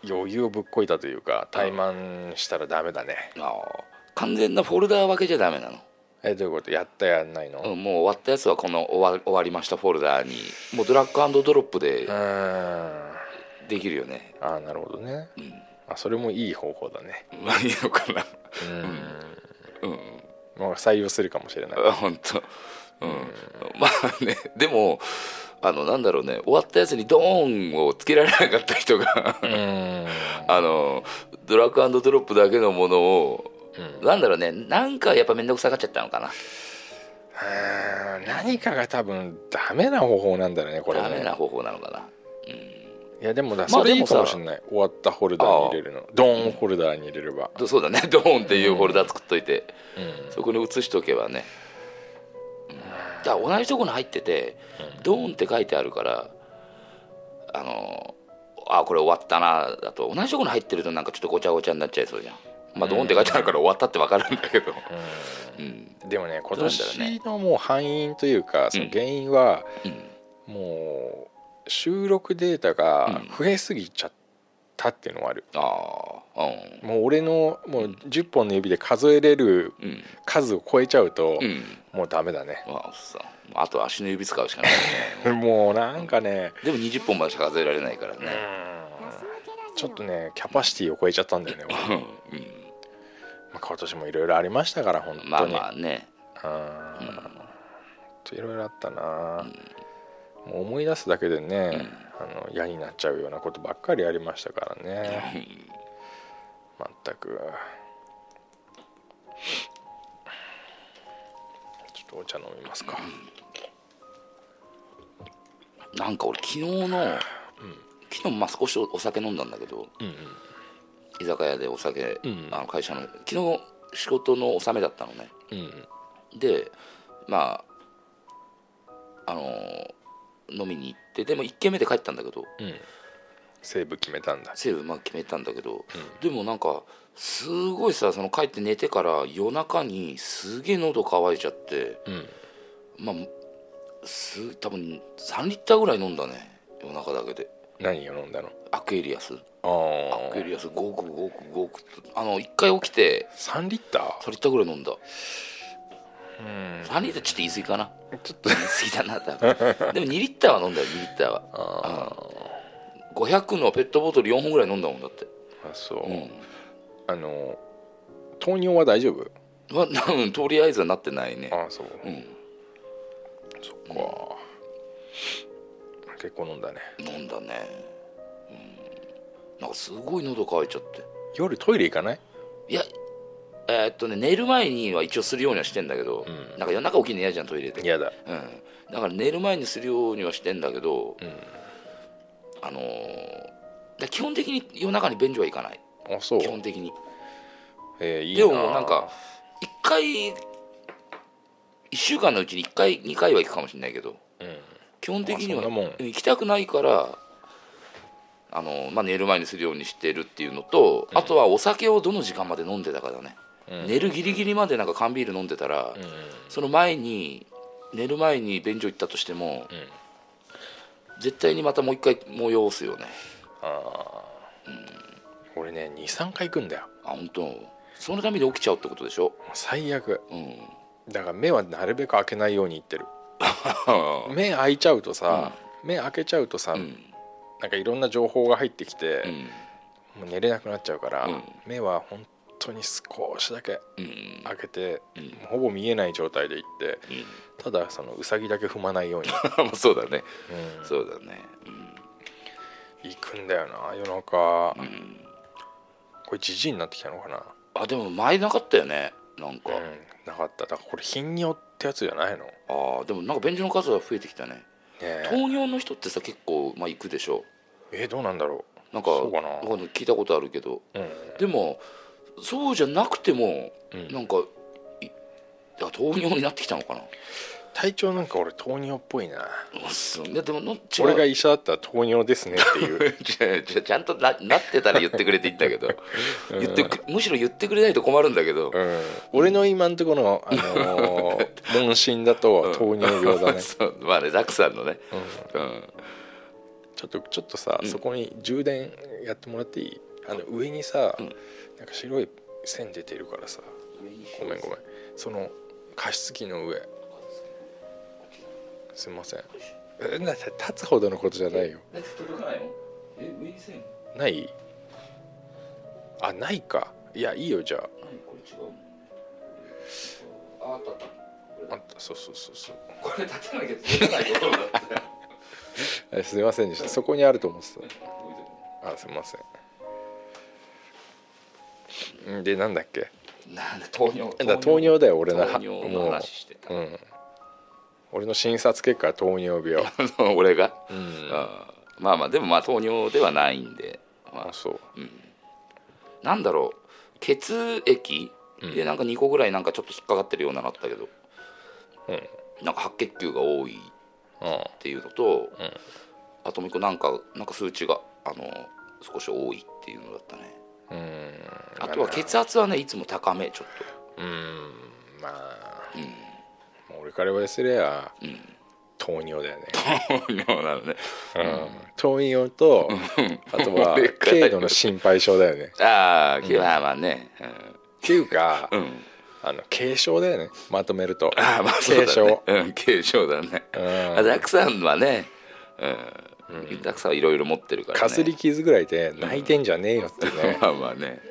Speaker 4: う余裕をぶっこいたというか怠慢したらダメだね、
Speaker 3: ああ完全なフォルダー分けじゃダメなの
Speaker 4: えどういうことやったやんないのう
Speaker 3: うんんもう終わったやつはこの終わ終わりましたフォルダーにもうドラッグドロップで
Speaker 4: あ
Speaker 3: できるよね、
Speaker 4: あなるほどね、
Speaker 3: ん
Speaker 4: あそれもいい方法だね
Speaker 3: まあいいのかな
Speaker 4: うん、
Speaker 3: うん
Speaker 4: まあ、採用するかもしれ ない
Speaker 3: あ本当うん、まあねでもあのなんだろうね終わったやつにドーンをつけられなかった人が
Speaker 4: うん
Speaker 3: あのドラッグドロップだけのものを、
Speaker 4: うん
Speaker 3: なんだろうねなんかやっぱ面倒くさがっちゃったのかな
Speaker 4: あー何かが多分ダメな方法なんだろうねこれ
Speaker 3: ダメ
Speaker 4: ね
Speaker 3: な方法なのかない
Speaker 4: やでもだ
Speaker 3: まあ
Speaker 4: それい
Speaker 3: で
Speaker 4: い
Speaker 3: も
Speaker 4: か
Speaker 3: さ
Speaker 4: もしれない、終わったホルダーに入れるのドーンホルダーに入れれば
Speaker 3: どそうだねドーンっていうフォルダ作っといて、
Speaker 4: うん
Speaker 3: そこに移しとけばね、うん、だから同じとこに入ってて、ドーンって書いてあるからあのあこれ終わったなだと同じとこに入ってるとなんかちょっとごちゃごちゃになっちゃいそうじゃんまあドーンって書いてあるから終わったって分かるんだけ どうん
Speaker 4: でもね今
Speaker 3: どうなんだろうね
Speaker 4: 年のもう敗因というかその
Speaker 3: うん
Speaker 4: 原因は、
Speaker 3: うん
Speaker 4: もう収録データが増えすぎちゃったっていうのはある、
Speaker 3: ああうん
Speaker 4: もう俺のもう10本の指で数えれる
Speaker 3: うん
Speaker 4: 数を超えちゃうと、
Speaker 3: うん
Speaker 4: もうダメだね、
Speaker 3: まあさあと足の指使うしかないね
Speaker 4: もうなんかね
Speaker 3: でも20本までしか数えられないから
Speaker 4: う
Speaker 3: ね
Speaker 4: んちょっとねキャパシティを超えちゃったんだよね、俺
Speaker 3: うん
Speaker 4: まあ、今年もいろいろありましたから本当に、
Speaker 3: まあまあね
Speaker 4: うん
Speaker 3: うん
Speaker 4: いろいろあったな、もう思い出すだけでね、あの嫌になっちゃうようなことばっかりありましたからねまったくちょっとお茶飲みますか
Speaker 3: なんか俺昨日の、昨日まあ少しお酒飲んだんだけど、
Speaker 4: うん
Speaker 3: 居酒屋でお酒、
Speaker 4: うん
Speaker 3: あの会社の昨日仕事の納めだったのね
Speaker 4: うん
Speaker 3: でまああのー飲みに行ってでも1軒目で帰ったんだけど
Speaker 4: うんセーブ決めたんだ
Speaker 3: セーブまあ決めたんだけど、でもなんかすごいさその帰って寝てから夜中にすげえ喉乾いちゃって
Speaker 4: うん
Speaker 3: まあす多分3リッターぐらい飲んだね夜中だけで
Speaker 4: 何を飲んだの
Speaker 3: アクエリアスア
Speaker 4: あ
Speaker 3: クエリアスごくごくごくとあの1回起きて
Speaker 4: あ3リッター
Speaker 3: 3リッターぐらい飲んだ
Speaker 4: うん
Speaker 3: 3リッターちょっと言い過ぎかな
Speaker 4: ちょっと
Speaker 3: 言い過ぎだな多分 でも2リッターは飲んだよ2リッターは
Speaker 4: あ
Speaker 3: 500のペットボトル4本ぐらい飲んだもんだって
Speaker 4: ーあそう、
Speaker 3: う
Speaker 4: あの糖尿は大丈夫
Speaker 3: んまあうんとりあえずはなってないね
Speaker 4: ああそう、
Speaker 3: うん
Speaker 4: そっか結構飲んだね
Speaker 3: 飲んだねうんなんかすごい喉乾いちゃって
Speaker 4: 夜トイレ行かない
Speaker 3: いやえーっとね寝る前には一応するようにはしてんだけど、
Speaker 4: うん
Speaker 3: なんか夜中起きるの嫌じゃんトイレで
Speaker 4: 嫌だ
Speaker 3: うん、だから寝る前にするようにはしてんだけど、
Speaker 4: うん
Speaker 3: あのーで基本的に夜中に便所は行かない
Speaker 4: あそう
Speaker 3: 基本的に
Speaker 4: えーいい
Speaker 3: で
Speaker 4: な
Speaker 3: もなんか1回1週間のうちに1回2回は行くかもしれないけど
Speaker 4: うん
Speaker 3: 基本的には
Speaker 4: あそんなもん
Speaker 3: うん行きたくないからあの、まあ、寝る前にするようにしてるっていうのと、あとはお酒をどの時間まで飲んでたかだね、
Speaker 4: うん
Speaker 3: 寝るギリギリまでなんか缶ビール飲んでたら、
Speaker 4: うん
Speaker 3: その前に寝る前に便所行ったとしても、
Speaker 4: ん
Speaker 3: 絶対にまたもう一回催すよね
Speaker 4: あー俺ね23回行くんだよ
Speaker 3: あ本当そのために起きちゃうってことでしょ
Speaker 4: もう最悪
Speaker 3: うん
Speaker 4: だから目はなるべく開けないように言ってる目開いちゃうとさ、目開けちゃうとさ、
Speaker 3: うん
Speaker 4: なんかいろんな情報が入ってきて
Speaker 3: う、ん
Speaker 4: もう寝れなくなっちゃうから、
Speaker 3: うん
Speaker 4: 目は本当に少しだけ
Speaker 3: うん
Speaker 4: 開けて、
Speaker 3: うん
Speaker 4: もうほぼ見えない状態で行ってただそのうさぎだけ踏まな いように、
Speaker 3: うんまあそうだね
Speaker 4: うん
Speaker 3: そうだね
Speaker 4: 行くんだよな夜中、
Speaker 3: うん、うん
Speaker 4: これじじいになってきたのかな
Speaker 3: あでも前なかったよねなんか、
Speaker 4: うんなかっただからこれ頻尿ってやつじゃないのね
Speaker 3: ああでもなんか便所の数が増えてきたね
Speaker 4: え
Speaker 3: 糖尿の人ってさ結構、まあ、行くでしょ
Speaker 4: えどうなんだろ
Speaker 3: なんか
Speaker 4: そうかな
Speaker 3: わんい聞いたことあるけど
Speaker 4: ううん
Speaker 3: でもそうじゃなくても
Speaker 4: うん
Speaker 3: なんかいあ糖尿になってきたのかな
Speaker 4: 体調なんか俺糖尿っぽいな
Speaker 3: うんいやでもの違う
Speaker 4: 俺 が医者だったら糖尿ですねっていう
Speaker 3: ちゃちゃちゃんとななってたら言ってくれていいんだけど言ってくむしろ言ってくれないと困るんだけど、
Speaker 4: うん、俺の今んとこの、あのー 問診だと糖尿病だね、
Speaker 3: そうまあねザクさんのね、
Speaker 4: うん、
Speaker 3: うん、
Speaker 4: ちょっとちょっとさ、
Speaker 3: うん
Speaker 4: そこに充電やってもらっていいあの上にさ、
Speaker 3: うん
Speaker 4: なんか白い線出てるからさごめんごめんその加湿器の上すいませんえな立つほどのことじゃないよ
Speaker 3: え届かないのえ上に線ない
Speaker 4: ないあないかいやいいよじゃ
Speaker 3: これ違うああったあった
Speaker 4: ああったそうそうそうそう
Speaker 3: これ立てなきゃ届かないことだって
Speaker 4: えすいませんでしたそこにあると思ってたあすいませんんでなんだっけ
Speaker 3: なんだ糖尿
Speaker 4: だ糖尿だよ俺の
Speaker 3: 糖尿の話してた
Speaker 4: うん、俺の診察結果は糖尿病、
Speaker 3: 俺が、
Speaker 4: うん、あ
Speaker 3: あーまあまあでもまあ糖尿ではないんで、まあ、
Speaker 4: そう
Speaker 3: なんだろう血液でなんか2個ぐらいなんかちょっと引っかかってるようなのあったけど、
Speaker 4: うん
Speaker 3: なんか白血球が多いっ
Speaker 4: うん
Speaker 3: ていうのと、
Speaker 4: うん
Speaker 3: あともう一個なんかなんか数値があの少し多いっていうのだったね
Speaker 4: うん
Speaker 3: あとは血圧はねいつも高めちょっと
Speaker 4: うんまあ、もう俺から言わせりゃ、
Speaker 3: うん
Speaker 4: 糖尿だよね、
Speaker 3: 尿なのね
Speaker 4: うん、糖尿とあとは
Speaker 3: 俺から
Speaker 4: 軽度の心配症だよね
Speaker 3: ああ、まあまあね
Speaker 4: っていうか、
Speaker 3: うん、うん、
Speaker 4: あの軽症だよねまとめると
Speaker 3: ああまあそうだ
Speaker 4: 軽
Speaker 3: ね
Speaker 4: 症
Speaker 3: うん軽症だね、
Speaker 4: うん
Speaker 3: あザクさんはねうん、ザクさんはいろいろ持ってるからね
Speaker 4: かすり傷ぐらいで泣いてんじゃねえよってね
Speaker 3: まあまあね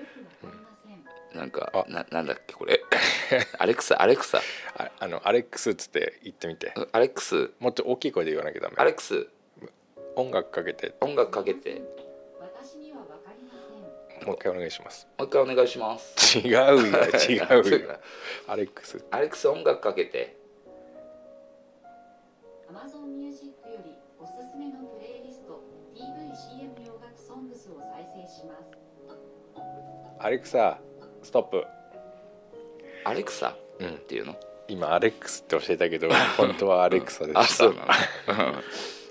Speaker 3: なんか
Speaker 4: あ
Speaker 3: ななんだっけこれ アレクサアレクサ
Speaker 4: ああのアレックスっつって言ってみて
Speaker 3: アレックス
Speaker 4: もっと大きい声で言わなきゃダメ
Speaker 3: アレックス
Speaker 4: 音楽かけて
Speaker 3: 音楽かけて
Speaker 4: もう一回お願いします
Speaker 3: もう一回お願いします
Speaker 4: 違う よ違
Speaker 3: そうう
Speaker 4: よ
Speaker 3: か
Speaker 4: アレックス
Speaker 3: アレックス音楽かけて
Speaker 5: Amazon Music よりおすすめのプレイリスト DVCM 洋楽ソングスを再生します
Speaker 4: アレクサストップ
Speaker 3: アレクサ、
Speaker 4: うん
Speaker 3: っていうの
Speaker 4: 今アレックスって教えたけど本当はアレックサで
Speaker 3: あ
Speaker 4: し
Speaker 3: そうな
Speaker 4: た
Speaker 3: の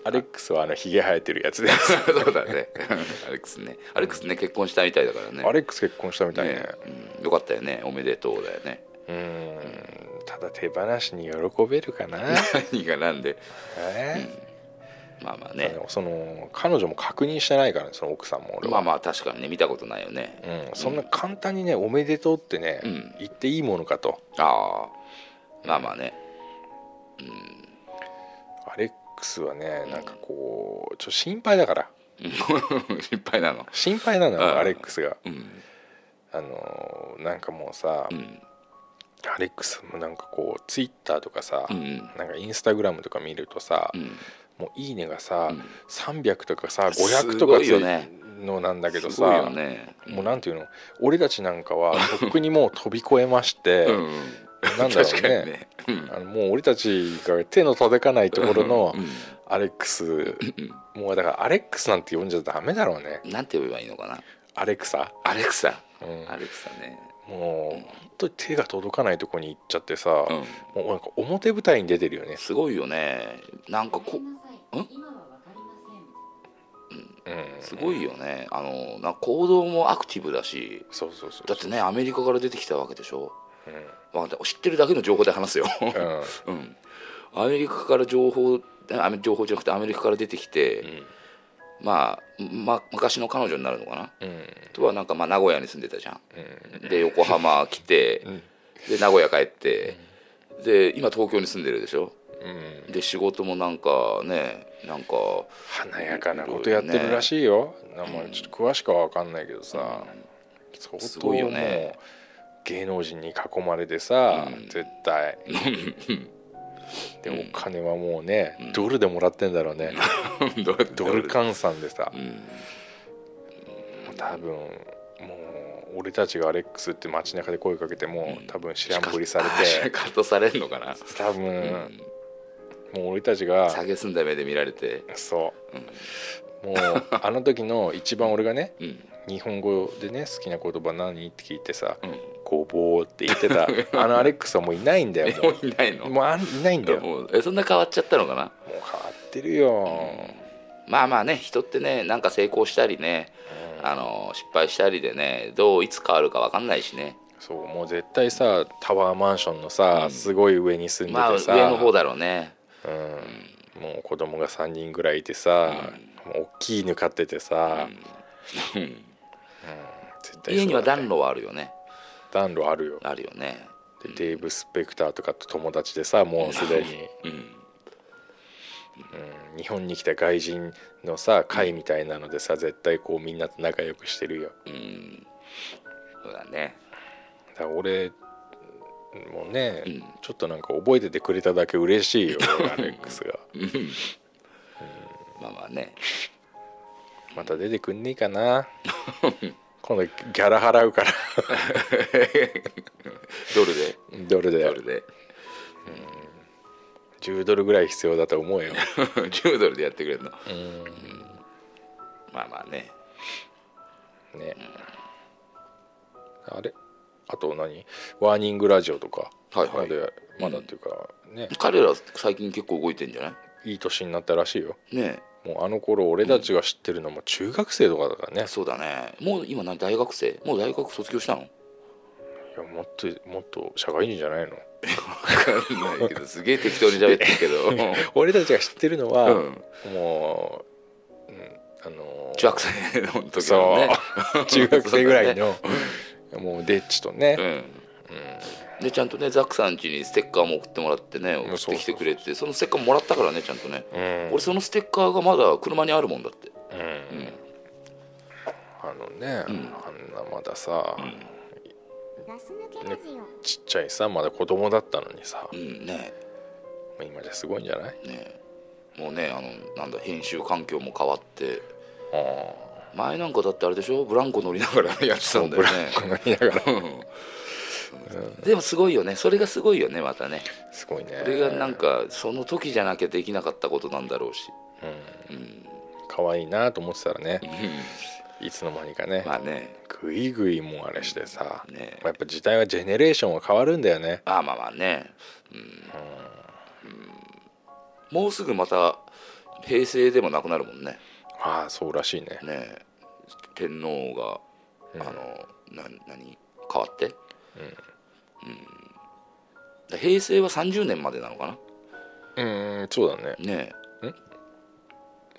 Speaker 4: アレックスはあのヒゲ生えてるやつです
Speaker 3: そうだねアレックスねアレックスね結婚したみたいだからね
Speaker 4: アレックス結婚したみたいね
Speaker 3: ね、うん、よかったよねおめでとうだよ ね
Speaker 4: うーんただ手放しに喜べるかな、
Speaker 3: 何がなんで
Speaker 4: え
Speaker 3: まあまあ
Speaker 4: ー
Speaker 3: ね
Speaker 4: その彼女も確認してないからねその奥さんも俺
Speaker 3: まあ
Speaker 4: は、
Speaker 3: まあ確かにね見たことないよね
Speaker 4: うん、そんな簡単にね「おめでとう」ってね、
Speaker 3: うん
Speaker 4: 言っていいものかと
Speaker 3: ああまあまあね
Speaker 4: アレックスはねなんかこうちょっと心配だから
Speaker 3: うん 心配なの
Speaker 4: 心配なの
Speaker 3: うん
Speaker 4: よアレックスが
Speaker 3: うん
Speaker 4: あのーなんかもうさ、
Speaker 3: うん
Speaker 4: アレックスもなんかこうツイッターとかさ、
Speaker 3: うん
Speaker 4: なんかインスタグラムとか見るとさ、
Speaker 3: うん
Speaker 4: もう「いいね」がさ、
Speaker 3: うん
Speaker 4: 300とかさ
Speaker 3: す
Speaker 4: 500と
Speaker 3: ご
Speaker 4: か
Speaker 3: い
Speaker 4: つ
Speaker 3: よ
Speaker 4: い
Speaker 3: ね
Speaker 4: のなんだけど
Speaker 3: すごい
Speaker 4: さ
Speaker 3: よね
Speaker 4: もうなんていうの俺たちなんかはとっくにもう飛び越えまして、
Speaker 3: うんうん
Speaker 4: なんだろうね
Speaker 3: 確かにねうん
Speaker 4: あのもう俺たちが手の届かないところの
Speaker 3: うん
Speaker 4: アレックス
Speaker 3: うん
Speaker 4: もうだからアレックスなんて呼んじゃダメだろうね
Speaker 3: なんて呼べばいいのかな
Speaker 4: アレクサ、
Speaker 3: アレクサ
Speaker 4: うん
Speaker 3: アレクサね
Speaker 4: もう本当に手が届かないところに行っちゃってさ、
Speaker 3: うん
Speaker 4: もうなんか表舞台に出てるよね、
Speaker 3: すごいよねなんか
Speaker 5: ご
Speaker 3: こ
Speaker 5: めんなさい今はわかりません
Speaker 4: うん、
Speaker 3: すごいよねあのなんか行動もアクティブだし
Speaker 4: そうそうそう
Speaker 3: だってねアメリカから出てきたわけでしょ
Speaker 4: うん
Speaker 3: わかんない知ってるだけの情報で 話すよ
Speaker 4: うん
Speaker 3: うん、アメリカから情報あ情報じゃなくてアメリカから出てきて、まあ、ま、昔の彼女になるのかな
Speaker 4: うん
Speaker 3: とはなんかまあ名古屋に住んでたじゃん
Speaker 4: うん
Speaker 3: で横浜来て、
Speaker 4: ん
Speaker 3: で名古屋帰って、で今東京に住んでるでしょ
Speaker 4: うん
Speaker 3: で仕事もなんかねなんか
Speaker 4: 華やかなことやってるらしいよ、なまあちょっと詳しくは分かんないけどさ、
Speaker 3: す
Speaker 4: 相当
Speaker 3: ごいよ
Speaker 4: もう
Speaker 3: ね
Speaker 4: 芸能人に囲まれてさ、
Speaker 3: うん
Speaker 4: 絶対で
Speaker 3: うん
Speaker 4: お金はもうね、
Speaker 3: うん
Speaker 4: ドルでもらってんだろうね、
Speaker 3: ドル
Speaker 4: ドル換算でさ
Speaker 3: う、ん
Speaker 4: 多分もう俺たちがアレックスって街中で声かけても、多分知らんぷりされ
Speaker 3: あー
Speaker 4: て
Speaker 3: カットされるのかな、
Speaker 4: 多分、
Speaker 3: うん、
Speaker 4: もう俺たちが
Speaker 3: 下げすんだ目で見られて
Speaker 4: そう、もうあの時の一番俺がね
Speaker 3: うん
Speaker 4: 日本語でね好きな言葉何って聞いてさ
Speaker 3: うん
Speaker 4: 「ごぼう」って言ってたあのアレックスはもういないんだよ
Speaker 3: もう いない
Speaker 4: もう
Speaker 3: の
Speaker 4: もうあんいないんだよもう
Speaker 3: もうえそんな変わっちゃったのかな
Speaker 4: 変わってるよ、
Speaker 3: まあまあね人ってねなんか成功したりね、あの失敗したりでねどういつ変わるか分かんないしね
Speaker 4: そうもう絶対さタワーマンションのさ、
Speaker 3: うん
Speaker 4: すごい上に住んで
Speaker 3: まあ
Speaker 4: てさ、
Speaker 3: 上の方だろうね
Speaker 4: うん、もう子供が3人ぐらいいてさ、もう大きい犬飼っててさ、
Speaker 3: うん
Speaker 4: 絶対
Speaker 3: 家には暖
Speaker 4: 炉
Speaker 3: 炉はあるよね
Speaker 4: 暖炉あるよ
Speaker 3: あるよね
Speaker 4: でデーブ・スペクターとかと友達でさもうすでに。
Speaker 3: うん
Speaker 4: うん日本に来た外人のさ会みたいなのでさ絶対こうみんなと仲良くしてるよ
Speaker 3: うんそうだね
Speaker 4: だから俺もうね、
Speaker 3: うん
Speaker 4: ちょっとなんか覚えててくれただけ嬉 しいよアレックスが
Speaker 3: まあまあね
Speaker 4: また出てくんねえ かな今度ギャラ払うから
Speaker 3: ドルで
Speaker 4: ドルで
Speaker 3: ドル で
Speaker 4: 10ドルぐらい必要だと思 うよ
Speaker 3: 10ドルでやってくれるのうんまあまあね
Speaker 4: ねあれあと何ワーニングラジオとか
Speaker 3: はいはい
Speaker 4: まだまだっていうか、ね
Speaker 3: 彼ら最近結構動いてんじゃない
Speaker 4: いい年になったらしいよ
Speaker 3: いね
Speaker 4: もうあの頃俺たちが知ってるのも中学生とかだからね
Speaker 3: え、そうだねもう今何大学生もう大学卒業したの
Speaker 4: いやもっともっと社会人じゃないの
Speaker 3: 分かんないけどすげえ適当に喋ってるけど
Speaker 4: 俺たちが知ってるのは、
Speaker 3: うん
Speaker 4: もう、うん、あのー
Speaker 3: 中学生の時の
Speaker 4: そ
Speaker 3: ね
Speaker 4: う中学生ぐら いの、もうデッチとね、
Speaker 3: うんでちゃんとねザックさん家にステッカーも送ってもらってね
Speaker 4: ん
Speaker 3: 送ってきてくれてそのステッカーもらったからねちゃんとね
Speaker 4: うん
Speaker 3: 俺そのステッカーがまだ車にあるもんだって
Speaker 4: うん
Speaker 3: うん
Speaker 4: あのね、
Speaker 3: うん
Speaker 4: あんなまださ、
Speaker 6: ガス抜けラジオ
Speaker 4: ちっちゃいさまだ子供だったのにさ、
Speaker 3: うんね
Speaker 4: 今じゃすごいんじゃない
Speaker 3: ねもうねあのなんだ編集環境も変わって
Speaker 4: あ
Speaker 3: 前なんかだってあれでしょブランコ乗りながら やってたんだよね
Speaker 4: あ、ね、ながら
Speaker 3: うんでもすごいよねそれがすごいよねまたね
Speaker 4: すごいね
Speaker 3: それがなんかその時じゃなきゃできなかったことなんだろうし
Speaker 4: うん
Speaker 3: うん
Speaker 4: 可愛いなと思ってたらねいつの間にかね、
Speaker 3: まあね
Speaker 4: ぐいぐいもうあれしてさ、
Speaker 3: ね
Speaker 4: やっぱ時代はジェネレーションは変わるんだよね
Speaker 3: まあまあまあねうん、うんもうすぐまた平成でもなくなるもんね
Speaker 4: ああそうらしいね
Speaker 3: ねえ天皇
Speaker 4: うん
Speaker 3: が、あのな何変わってうん、だ平成は30年までなのかな
Speaker 4: うーんそうだね
Speaker 3: ね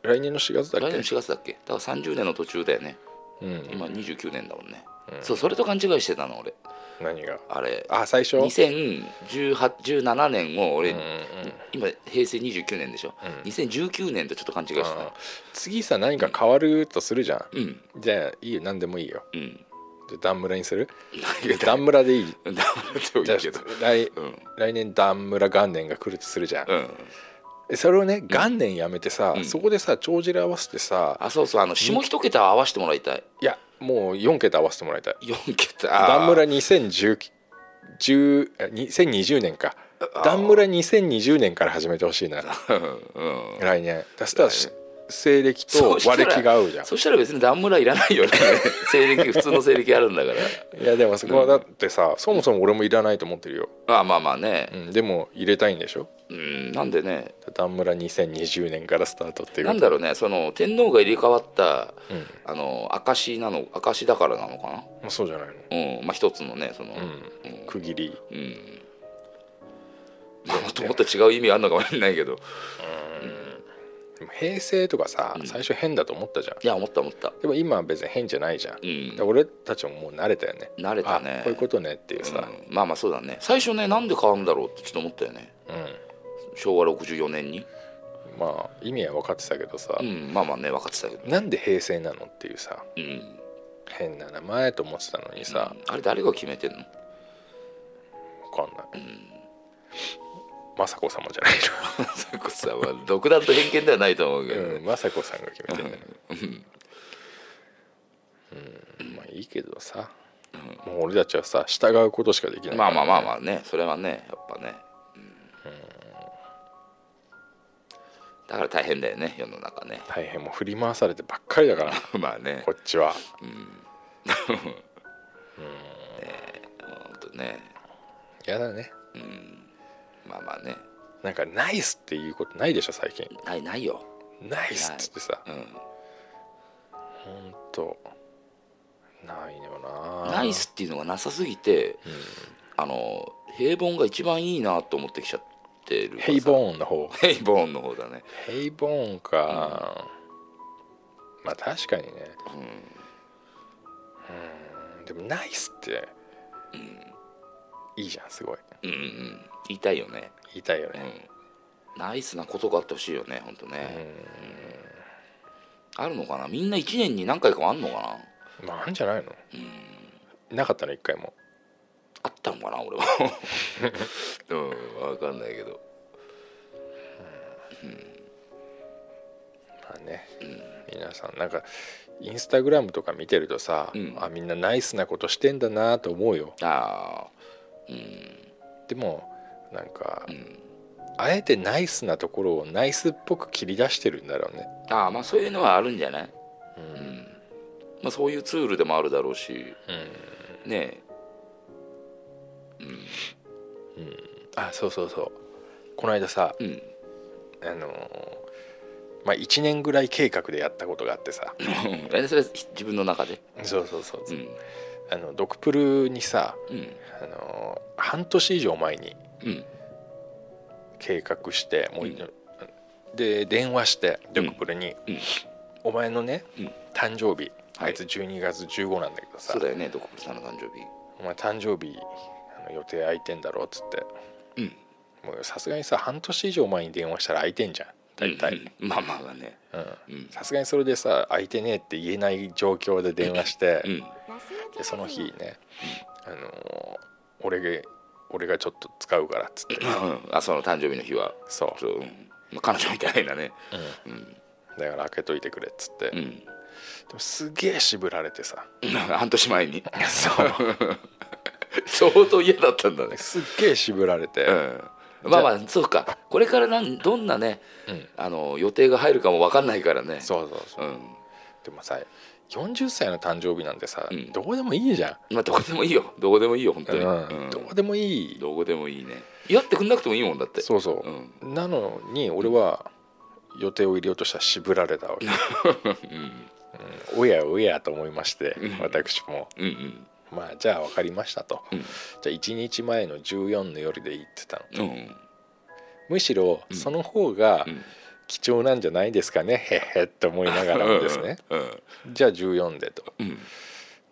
Speaker 4: 来年の4月
Speaker 3: え
Speaker 4: だ
Speaker 3: 来
Speaker 4: っ
Speaker 3: 年の4
Speaker 4: け
Speaker 3: 月だっけだから30年の途中だよね
Speaker 4: うん
Speaker 3: 今29年だもんね、
Speaker 4: うん
Speaker 3: そうそれと勘違いしてたの俺
Speaker 4: 何が
Speaker 3: あれ
Speaker 4: あ最初
Speaker 3: 2017年を俺、
Speaker 4: うんうん
Speaker 3: 今平成29年でしょ、
Speaker 4: うん
Speaker 3: 2019年とちょっと勘違いして
Speaker 4: あ
Speaker 3: た
Speaker 4: ー次さ何か変わるとするじゃん、
Speaker 3: うん
Speaker 4: じゃあいいよ何でもいいよ
Speaker 3: うん
Speaker 4: じゃあダンムラにする
Speaker 3: 何
Speaker 4: ダンムラでいい
Speaker 3: ダメだと
Speaker 4: じ
Speaker 3: 言
Speaker 4: ゃあ
Speaker 3: うけど
Speaker 4: 来
Speaker 3: うん
Speaker 4: 来年ダンムラ元年が来るとするじゃん、
Speaker 3: うん
Speaker 4: えそれをね元年やめてさ、
Speaker 3: うん
Speaker 4: そこでさ帳尻合わせてさ、
Speaker 3: あそうそうあの下一桁を合わせてもらいたい
Speaker 4: いやもう4桁合わせてもらいたい
Speaker 3: 4桁
Speaker 4: ダンムラ2010 10あ2020年かダンムラ2020年から始めてほしいな
Speaker 3: うんうん
Speaker 4: 来年そしたらし西暦
Speaker 3: そ
Speaker 4: と
Speaker 3: うした
Speaker 4: 和
Speaker 3: ら
Speaker 4: 暦が合うじゃん
Speaker 3: そしたら別にダンムラいらない よね西暦普通の西暦あるんだか
Speaker 4: いやでもそこはだってさそもそも俺もいらないと思ってるよ、
Speaker 3: らあまあまあね
Speaker 4: うん、でも入れたいんでしょ
Speaker 3: うんなんでね
Speaker 4: ダンムラ2020年からスタートっていう
Speaker 3: なんだろうねその天皇が入れ替わった
Speaker 4: うんも
Speaker 3: あの証なの証だからなのか
Speaker 4: うそうじゃないの
Speaker 3: なうんまあ一つのねその
Speaker 4: う
Speaker 3: うん
Speaker 4: ん区切り
Speaker 3: うんまあもっともっと違う意味あんのかもしれないけど
Speaker 4: でも平成とかさ
Speaker 3: うん
Speaker 4: 最初変だと思ったじゃん
Speaker 3: いや思った思った
Speaker 4: でも今は別に変じゃないじゃん
Speaker 3: う
Speaker 4: だ
Speaker 3: ん
Speaker 4: から俺たちももう慣れたよね
Speaker 3: 慣れたね
Speaker 4: あこういうことねっていうさ
Speaker 3: うんまあまあそうだね最初ねなんで変わるんだろうってちょっと思ったよね
Speaker 4: うん
Speaker 3: 昭和64年に
Speaker 4: まあ意味は分かってたけどさ
Speaker 3: うんまあまあね分かってたけど
Speaker 4: なんで平成なのっていうさ
Speaker 3: うん
Speaker 4: 変な名前と思ってたのにさ
Speaker 3: うんあれ誰が決めてんの
Speaker 4: 分かんない雅子様じゃな
Speaker 3: そういうことさまあ独断と偏見ではないと 思うけど
Speaker 4: いの
Speaker 3: ね
Speaker 4: うん雅子さんが決めてんだようんまあいいけどさもう俺たちはさ従うことしかできない
Speaker 3: まあまあまあま
Speaker 4: あ
Speaker 3: あねそれはねやっぱねうんだから大変だよね世の中ね
Speaker 4: 大変もう振り回されてばっかりだから
Speaker 3: まあね
Speaker 4: こっちは
Speaker 3: ほんとね
Speaker 4: やだね
Speaker 3: まあまあね
Speaker 4: なんかナイスっていうことないでしょ最近
Speaker 3: ないないよ
Speaker 4: ナイスっつってさ
Speaker 3: うん
Speaker 4: ほんとないよな
Speaker 3: ナイスっていうのがなさすぎて、あの平凡が一番いいなと思ってきちゃってるからさ
Speaker 4: ヘイボーンの方
Speaker 3: 平凡の方だね
Speaker 4: ヘイボーンか、まあ確かにねうんでもナイスって、いいじゃんすごい
Speaker 3: うんうん言いたいよね、
Speaker 4: 言いたいよ
Speaker 3: う
Speaker 4: ね、
Speaker 3: ん、ナイスなことがあってほしいよね本当
Speaker 4: う
Speaker 3: ね、
Speaker 4: ん
Speaker 3: あるのかなみんな1年に何回かはあんのかな
Speaker 4: まああんじゃないの、なかったの一回も
Speaker 3: あったのかな俺 はうん分かんないけど
Speaker 4: まあね、皆さんなんかインスタグラムとか見てるとさ、
Speaker 3: うん
Speaker 4: あみんなナイスなことしてんだなと思うよ
Speaker 3: ああうん
Speaker 4: でもなんか、
Speaker 3: うん
Speaker 4: あえてナイスなところをナイスっぽく切り出してるんだろうね
Speaker 3: ああまあそういうのはあるんじゃない、
Speaker 4: う、
Speaker 3: うんんまあ、そういうツールでもあるだろうしねえ
Speaker 4: あそうそうそうこの間さ
Speaker 3: うん
Speaker 4: あのーまあ1年ぐらい計画でやったことがあってさ
Speaker 3: え それ自分の中で
Speaker 4: そうそうそう、
Speaker 3: うん
Speaker 4: あのドクプルにさ、
Speaker 3: うん
Speaker 4: あのー半年以上前に
Speaker 3: うん
Speaker 4: 計画してもう、
Speaker 3: うん
Speaker 4: で電話してドクプルに、
Speaker 3: うん
Speaker 4: お前のね、
Speaker 3: うん
Speaker 4: 誕生日
Speaker 3: はい
Speaker 4: あいつ12月15なんだけどさ、
Speaker 3: そうだよねドクプルさんの誕生
Speaker 4: お前誕生日あの予定空いてんだろっつって
Speaker 3: 日うん
Speaker 4: もうさすがにさ半年以上前に電話したら空いてんじゃん大体
Speaker 3: うんまあまあまあね
Speaker 4: うん
Speaker 3: うん
Speaker 4: さすがにそれでさ空いてねえって言えない状況で電話して、
Speaker 3: うん
Speaker 4: でその日ね、あのー俺が俺がちょっと使うからっつって
Speaker 3: うんあその誕生日の日は
Speaker 4: そ
Speaker 3: そう、うんまあ彼女みたいなね
Speaker 4: う、うん
Speaker 3: うん
Speaker 4: だから開けといてくれっつって、
Speaker 3: う
Speaker 4: で
Speaker 3: ん
Speaker 4: もすげえ渋られてさ
Speaker 3: 半年前に
Speaker 4: そう
Speaker 3: 相当嫌だったんだね
Speaker 4: すっげえ渋られて、
Speaker 3: うんまあまあそうかこれからなんどんなね
Speaker 4: うん
Speaker 3: あの予定が入るかも分かんないからね
Speaker 4: そうそうそうう、
Speaker 3: ん
Speaker 4: でもさ40歳の誕生日なんてさ、
Speaker 3: うん
Speaker 4: どうでもいいじゃ
Speaker 3: まあどこでもいいよどこでもいいよ本
Speaker 4: ん、
Speaker 3: 当に、
Speaker 4: うん
Speaker 3: うん
Speaker 4: どうでもいい
Speaker 3: どこでもいいね祝ってくんなくてもいいもんだって
Speaker 4: そうそう
Speaker 3: う、ん、
Speaker 4: なのに俺は予定を入れようとしたら渋られたわけ、うんおやおやと思いまして、
Speaker 3: うん
Speaker 4: 私も
Speaker 3: うんうん
Speaker 4: まあじゃあ分かりましたと、
Speaker 3: うん
Speaker 4: じゃあ1日前の14の夜でいいって言ったの
Speaker 3: うんうん
Speaker 4: むしろ
Speaker 3: うん
Speaker 4: その方が
Speaker 3: うん
Speaker 4: 貴重なんじゃないですかね、へっへって思いながらもですね
Speaker 3: うん
Speaker 4: じゃあ14でと
Speaker 3: うん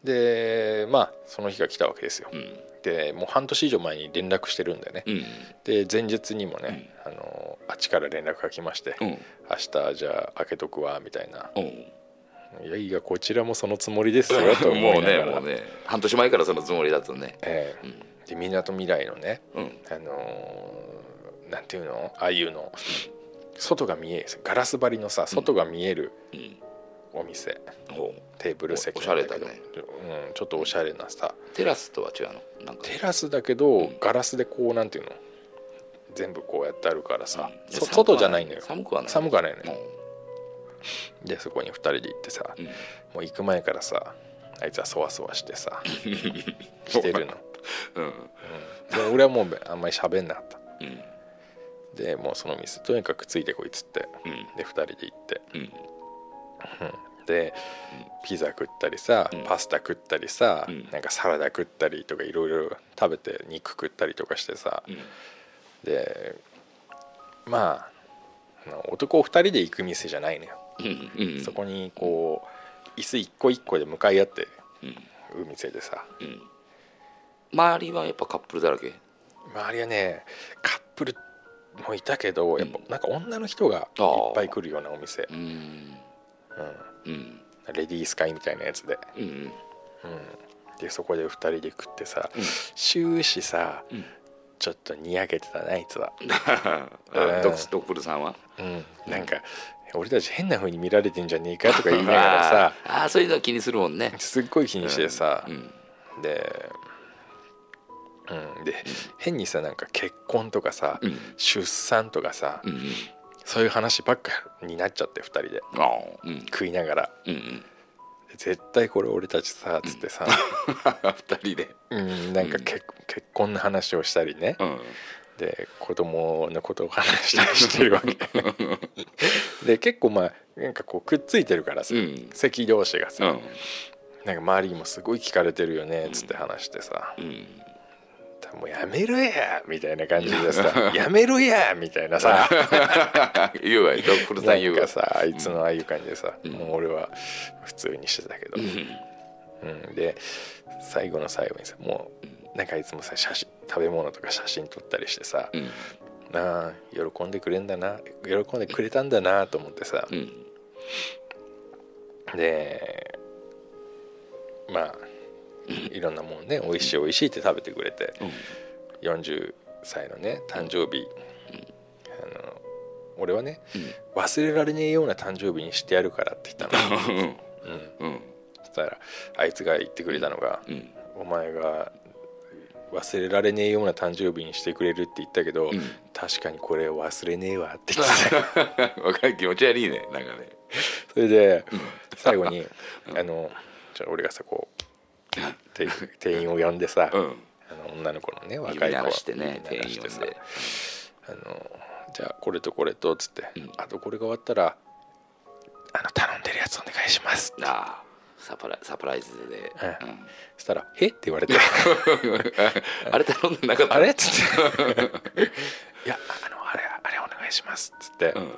Speaker 4: でまあその日が来たわけですよ
Speaker 3: うん
Speaker 4: でもう半年以上前に連絡してるんでね
Speaker 3: うん
Speaker 4: で前日にもね、あのあっちから連絡が来まして、
Speaker 3: うん
Speaker 4: 明日じゃあ開けとくわみたいな
Speaker 3: うん
Speaker 4: 「いやいやこちらもそのつもりですよ」と思
Speaker 3: も
Speaker 4: いうなが
Speaker 3: ね
Speaker 4: ら
Speaker 3: もうね半年前からそのつもりだとね
Speaker 4: ええ
Speaker 3: うん
Speaker 4: でみなとみらいのね
Speaker 3: うん
Speaker 4: あのーなんていうのああいうの外が見えガラス張りのさ外が見える
Speaker 3: うん
Speaker 4: お店、
Speaker 3: ほう
Speaker 4: テーブル席
Speaker 3: おおしゃれだね
Speaker 4: うん、ちょっとおしゃれなさ
Speaker 3: テラスとは違うのなんか
Speaker 4: テラスだけど、
Speaker 3: うん
Speaker 4: ガラスでこうなんていうの全部こうやってあるからさ、
Speaker 3: うん
Speaker 4: そ
Speaker 3: 寒くは
Speaker 4: 外じゃないのよ
Speaker 3: 寒くはない
Speaker 4: 寒くはないのよ、
Speaker 3: う
Speaker 4: でそこに2人で行ってさ、
Speaker 3: んうん
Speaker 4: もう行く前からさあいつはそわそわし てさしてるの、
Speaker 3: うん
Speaker 4: うんで俺はもうあんまり喋んなかった
Speaker 3: うん
Speaker 4: でもうその店とにかくついてこいっつって
Speaker 3: うん
Speaker 4: で2人で行って
Speaker 3: うん
Speaker 4: でピザ食ったりさ、
Speaker 3: うん
Speaker 4: パスタ食ったりさ、
Speaker 3: うん
Speaker 4: なんかサラダ食ったりとかいろいろ食べて肉食ったりとかしてさ
Speaker 3: うん
Speaker 4: でまああの男2人で行く店じゃないのよ、
Speaker 3: うんうん
Speaker 4: そこにこう椅子一個一個で向かい合って
Speaker 3: うん
Speaker 4: る店でさ
Speaker 3: うん周りはやっぱカップルだらけ
Speaker 4: 周りはねカップルもいたけどやっぱなんか女の人がいっぱい来るようなお店、
Speaker 3: うん
Speaker 4: う
Speaker 3: うん
Speaker 4: ん、レディース会みたいなやつで、
Speaker 3: うん
Speaker 4: うん、でそこで2人で食ってさ、
Speaker 3: うん
Speaker 4: 終始さ、
Speaker 3: うん
Speaker 4: ちょっとにやけてたなあいつは、
Speaker 3: あドクスドクプルさんは
Speaker 4: うん、なんか俺たち変な風に見られてんじゃねえかとか言いながらさ
Speaker 3: ああそういうの気にするもんね
Speaker 4: すっごい気にしてさ
Speaker 3: う、ん
Speaker 4: で、うん、で変にさなんか結婚とかさ、
Speaker 3: うん
Speaker 4: 出産とかさ、
Speaker 3: うんうん
Speaker 4: そういう話ばっかになっちゃって2人で
Speaker 3: ああうん
Speaker 4: 食いながら
Speaker 3: うんうん
Speaker 4: 「絶対これ俺たちさ」つってさ、
Speaker 3: 二人で
Speaker 4: うん、なんか結結婚の話をしたりね、
Speaker 3: うん
Speaker 4: で子供のことを話したりしてるわけで結構まあなんかこうくっついてるからさ、
Speaker 3: うん
Speaker 4: 席同士がさ、
Speaker 3: うん
Speaker 4: なんか周りにもすごい聞かれてるよねっつって話してさ
Speaker 3: うん
Speaker 4: 「もうやめろや!」みたいな感じでさ「やめろや!」みたい なさ
Speaker 3: 言うわよドクプルさ
Speaker 4: なん
Speaker 3: 言
Speaker 4: ん
Speaker 3: うわ
Speaker 4: かさあいつのああいう感じでさ、
Speaker 3: ん
Speaker 4: もう俺は普通にしてたけど、うん、で最後の最後にさもうなんかいつもさ写真食べ物とか写真撮ったりしてさ、
Speaker 3: うん
Speaker 4: なあ喜んでくれんだな喜んでくれたんだなと思ってさ
Speaker 3: う、ん
Speaker 4: でまあいろんなもんね美味しい美味しいって食べてくれて、40歳のね誕生日、あの俺はね、忘れられねえような誕生日にしてやるからって言 ったの、
Speaker 3: うん
Speaker 4: うん、
Speaker 3: うん
Speaker 4: そしたらあいつが言ってくれたのが、
Speaker 3: うん
Speaker 4: お前が忘れられねえような誕生日にしてくれるって言ったけど、
Speaker 3: うん
Speaker 4: 確かにこれ忘れねえわって 言ってた
Speaker 3: わかる気持ち悪いねなんかね
Speaker 4: それで最後 にあのじゃあ俺がさこうて店員を呼んでさ、
Speaker 3: うん
Speaker 4: あの女の子のね
Speaker 3: 指
Speaker 4: 若い子
Speaker 3: 鳴らしてね
Speaker 4: 指
Speaker 3: 店
Speaker 4: 鳴ら
Speaker 3: 員
Speaker 4: し
Speaker 3: 呼
Speaker 4: て
Speaker 3: ん
Speaker 4: さ
Speaker 3: で
Speaker 4: あのじゃあこれとこれとっつって、
Speaker 3: ん
Speaker 4: あとこれが終わったらあの頼んでるやつお願いしますって
Speaker 3: あサプライサプライズで、
Speaker 4: はい
Speaker 3: うん
Speaker 4: そしたら「えっ?」て言われて
Speaker 3: あれ 頼んでなか
Speaker 4: 「
Speaker 3: った
Speaker 4: あれ?」っつって「いやあのあれあれお願いします」っつって、
Speaker 3: うん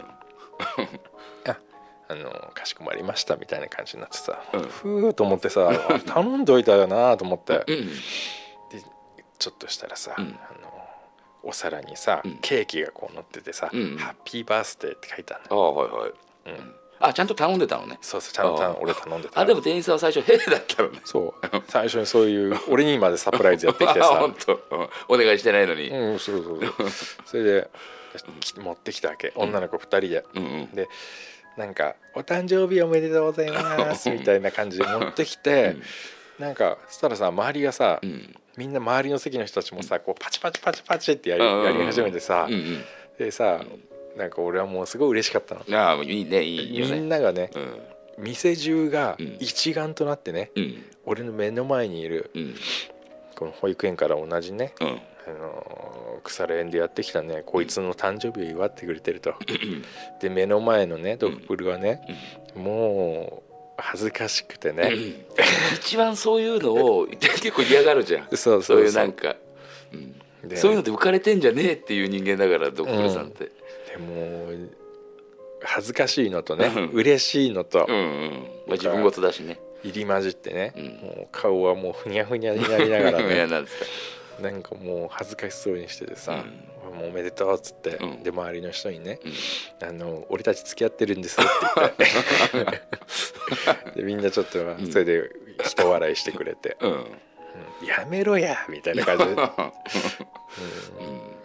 Speaker 4: あの「かしこまりました」みたいな感じになってさ、
Speaker 3: うん
Speaker 4: ふーと思ってさ あ頼んどいたよなと思って
Speaker 3: うん
Speaker 4: ちょっとしたらさ、
Speaker 3: うん
Speaker 4: あのお皿にさ、
Speaker 3: うん
Speaker 4: ケーキがこう乗っててさ「
Speaker 3: うん
Speaker 4: ハッピーバースデー」って書いてある
Speaker 3: あ
Speaker 4: のよ、
Speaker 3: あはいはい
Speaker 4: うん、
Speaker 3: あちゃんと頼んでたのね
Speaker 4: そうそうちゃんと
Speaker 3: あ
Speaker 4: 頼
Speaker 3: ー
Speaker 4: 俺頼んでた
Speaker 3: あでも店員さんは最初「へえ」だったのね
Speaker 4: そう最初にそういう俺にまでサプライズやってき て
Speaker 3: あ
Speaker 4: さ
Speaker 3: 本当うんお願いしてないのに、
Speaker 4: うんそうそうそうそれでき持ってきたわけ女の子2人で、
Speaker 3: うんうん
Speaker 4: でなんか「お誕生日おめでとうございます」みたいな感じで持ってきて、なんかそしたらさ周りがさ、
Speaker 3: うん
Speaker 4: みんな周りの席の人たちもさこうパチパチパチパチってやり
Speaker 3: うん
Speaker 4: やり始めてさ、
Speaker 3: うん
Speaker 4: でさなんか俺はもうすごい嬉しかったの。
Speaker 3: うんああいいねいいよ
Speaker 4: み
Speaker 3: ね
Speaker 4: んながね
Speaker 3: うん
Speaker 4: 店中が
Speaker 3: うん
Speaker 4: 一丸となってね、
Speaker 3: うん
Speaker 4: 俺の目の前にいる
Speaker 3: うん
Speaker 4: この保育園から同じね、
Speaker 3: うん
Speaker 4: あのー腐れ縁でやってきたねこいつの誕生日を祝ってくれてるとで目の前のねドッグルはね、もう恥ずかしくてね、
Speaker 3: 一番そういうのを結構嫌がるじゃん
Speaker 4: そ
Speaker 3: そ
Speaker 4: うそうう
Speaker 3: いう
Speaker 4: そ
Speaker 3: なん
Speaker 4: う
Speaker 3: か、うん
Speaker 4: で
Speaker 3: そういうので浮かれてんじゃねえっていう人間だからドッグルさんって
Speaker 4: でも恥ずかしいのとね、
Speaker 3: うん
Speaker 4: 嬉しいのと
Speaker 3: うんうんまあ自分事だしね
Speaker 4: 入り混じってね、
Speaker 3: うん
Speaker 4: もう顔はもうふにゃ ふにゃになりながら
Speaker 3: いや
Speaker 4: ね
Speaker 3: なんですか
Speaker 4: なんかもう恥ずかしそうにしててさ「もうおめでとう」っつって、
Speaker 3: うん
Speaker 4: で周りの人にね、
Speaker 3: うん
Speaker 4: あの「俺たち付き合ってるんです」って言って でみんなちょっとそれで人笑いしてくれて
Speaker 3: うん
Speaker 4: 「やめろや!」みたいな感じ で「うんま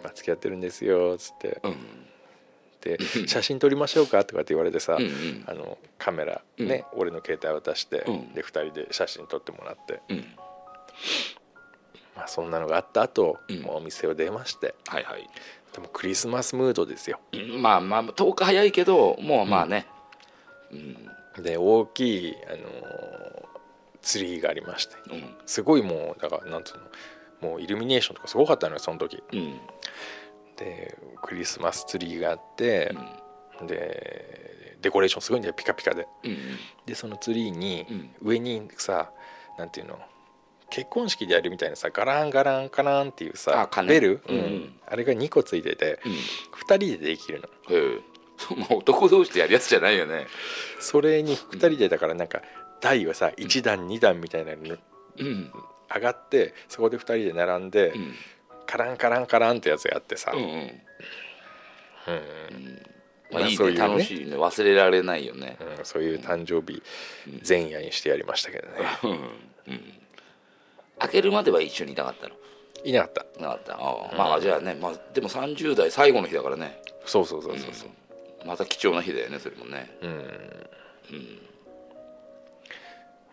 Speaker 4: あ、付き合ってるんですよ」っつって
Speaker 3: うん
Speaker 4: で「写真撮りましょうか」とかって言われてさ、
Speaker 3: うんうん
Speaker 4: あのカメラね、俺の携帯渡して、
Speaker 3: うん
Speaker 4: で2人で写真撮ってもらって、
Speaker 3: うん
Speaker 4: まあ、そんなのがあった後、
Speaker 3: うん
Speaker 4: もうお店を出まして
Speaker 3: はいはい
Speaker 4: でもクリスマスムードですよ
Speaker 3: うんまあまあ10日早いけどもうまあねうん
Speaker 4: で大きい、あのーツリーがありまして
Speaker 3: うん
Speaker 4: すごいもうだからなんつうのもうイルミネーションとかすごかったのよその時
Speaker 3: うん
Speaker 4: でクリスマスツリーがあって、でデコレーションすごいんだよピカピカで
Speaker 3: うん
Speaker 4: でそのツリーに、
Speaker 3: うん
Speaker 4: 上にさなんていうの結婚式でやるみたいなさガランガランガランっていうさ
Speaker 3: あ鐘
Speaker 4: ベル、
Speaker 3: うん
Speaker 4: あれが2個ついてて、
Speaker 3: うん
Speaker 4: 2人でできるの
Speaker 3: へえそうまあ男同士でやるやつじゃないよね
Speaker 4: それに2人でだからなんか台がさ1段2段みたいなのに
Speaker 3: うん
Speaker 4: 上がってそこで2人で並んで、
Speaker 3: うん
Speaker 4: カランカランカランってやつやってさ、
Speaker 3: うん
Speaker 4: うん
Speaker 3: うんま
Speaker 4: まあ
Speaker 3: あいい
Speaker 4: そうい
Speaker 3: ね
Speaker 4: うね
Speaker 3: 楽しいね忘れられないよね
Speaker 4: うんそういう誕生日前夜にしてやりましたけどね、
Speaker 3: うんうん開けるまでは一緒にいたかったの
Speaker 4: いなかった
Speaker 3: なかったああまあじゃあね、まあ、でも30代最後の日だからね
Speaker 4: そうそうそうそうそう
Speaker 3: また貴重な日だよねそれもね
Speaker 4: うん、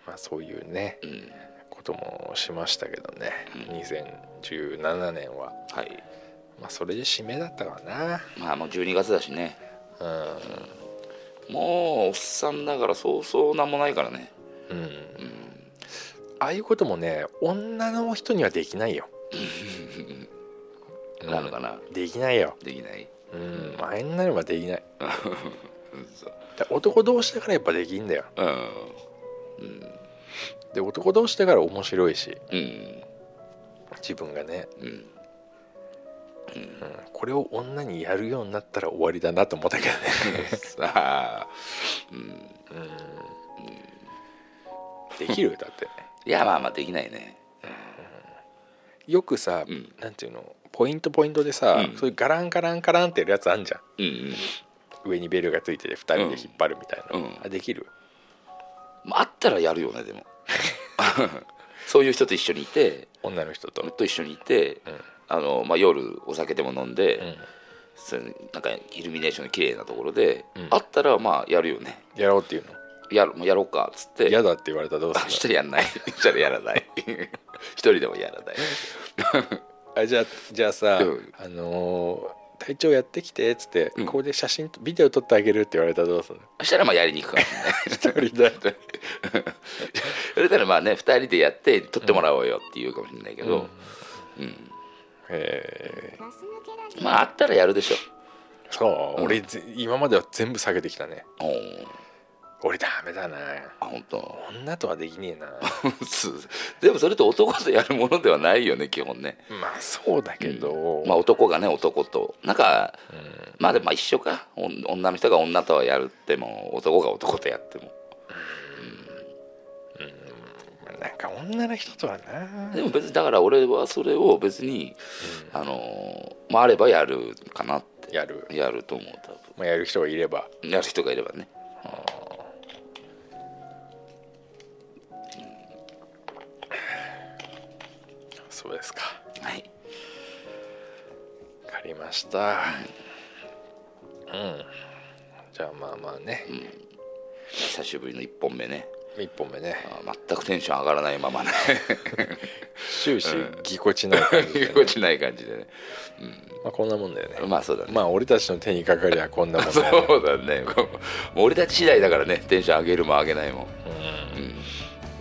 Speaker 4: まあそういうね、
Speaker 3: ん
Speaker 4: こともしましたけどね2017年は
Speaker 3: はい
Speaker 4: まあそれで締めだったかな
Speaker 3: まあもう12月だしね
Speaker 4: うん
Speaker 3: もうおっさんだからそうそうなんもないからね
Speaker 4: うん、ああいうこともね女の人にはできないよ
Speaker 3: なのかな
Speaker 4: できないよ
Speaker 3: できない
Speaker 4: うんあれになればできない
Speaker 3: そう
Speaker 4: だ男同士だからやっぱできんだよ
Speaker 3: うん
Speaker 4: で男同士だから面白いし
Speaker 3: うん
Speaker 4: 自分がね、
Speaker 3: うん
Speaker 4: うん、これを女にやるようになったら終わりだなと思ったけどね
Speaker 3: さあ
Speaker 4: できるだって
Speaker 3: いやまあまあできないね
Speaker 4: よくさ、
Speaker 3: うん
Speaker 4: なんていうのポイントポイントでさ、
Speaker 3: うん
Speaker 4: そういうガランガランガランってやるやつあんじゃん
Speaker 3: うんうん
Speaker 4: 上にベルがついてて2人で引っ張るみたい
Speaker 3: う
Speaker 4: な、
Speaker 3: ん
Speaker 4: あできる
Speaker 3: まああったらやるよねでも そういう人と一緒にいて
Speaker 4: 女の人と、
Speaker 3: と一緒にいて、あのまあ、夜お酒でも飲んで、
Speaker 4: うん
Speaker 3: そのなんかイルミネーションの綺麗なところで、
Speaker 4: うん
Speaker 3: あったらまあやるよね
Speaker 4: やろうっていうの
Speaker 3: やるもうやろうかっつって
Speaker 4: 嫌だって言われたらどう
Speaker 3: あ一
Speaker 4: する
Speaker 3: 人やんない一人やらない一人でもやらない
Speaker 4: のあじゃあじゃあさ、
Speaker 3: うん
Speaker 4: あのー体調やってきてっつって、
Speaker 3: うん
Speaker 4: ここで写真とビデオ撮ってあげるって言われたらどうするの
Speaker 3: そしたらまあやりに行くかもし
Speaker 4: 一人で
Speaker 3: れない それならまあね二人でやって撮ってもらおうよって言うかもしれないけど、
Speaker 4: え
Speaker 6: ガス抜けラジオ
Speaker 3: まああったらやるでしょ
Speaker 4: ーそう、俺ぜ今までは全部下げてきたね
Speaker 3: おー
Speaker 4: 俺ダメだな
Speaker 3: あ本当
Speaker 4: 女とはできねえな
Speaker 3: そうでもそれって男とやるものではないよね基本ね
Speaker 4: まあそうだけど、
Speaker 3: まあ男がね男となんか
Speaker 4: うん
Speaker 3: まあでもまあ一緒かおん女の人が女とはやるっても男が男とやっても
Speaker 4: なんか女の人とはな
Speaker 3: でも別にだから俺はそれを別にあのーまああればやるかなって
Speaker 4: やる、
Speaker 3: やると思う多
Speaker 4: まあ、やる人がいれば
Speaker 3: 分やる人がいればね
Speaker 4: そうですか
Speaker 3: はい
Speaker 4: わかりましたうんじゃあまあまあね、
Speaker 3: 久しぶりの1本目ね
Speaker 4: 一本目ね
Speaker 3: あー全くテンション上がらないままね
Speaker 4: 終始ぎこちない感じで ね、
Speaker 3: 心地ない感じでね
Speaker 4: まあ、こんなもんだよね、
Speaker 3: まあそうだね
Speaker 4: まあ俺たちの手にかかりゃこんなもん
Speaker 3: そ
Speaker 4: だよ、ね
Speaker 3: うだねこうもう俺たち次第だからねテンション上げるも上げないもうん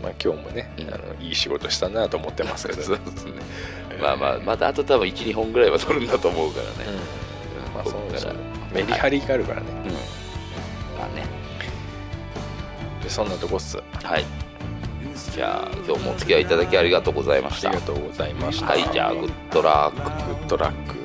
Speaker 4: まあ、今日もね、
Speaker 3: うん
Speaker 4: あのいい仕事したなと思ってますけど、
Speaker 3: そうですねまあまあまたあと多分12本ぐらいは取るんだと思うからね、
Speaker 4: まあ
Speaker 3: こ
Speaker 4: そ
Speaker 3: こ
Speaker 4: う
Speaker 3: か
Speaker 4: で
Speaker 3: ら
Speaker 4: すねメリハリがあるからね、
Speaker 3: うんまあね
Speaker 4: でそんなとこっすあ
Speaker 3: はいじゃあ今日もお付き合いいただきありがとうございまし
Speaker 4: り
Speaker 3: た
Speaker 4: がとうございました
Speaker 3: はいじゃあグッドラック
Speaker 4: グッドラック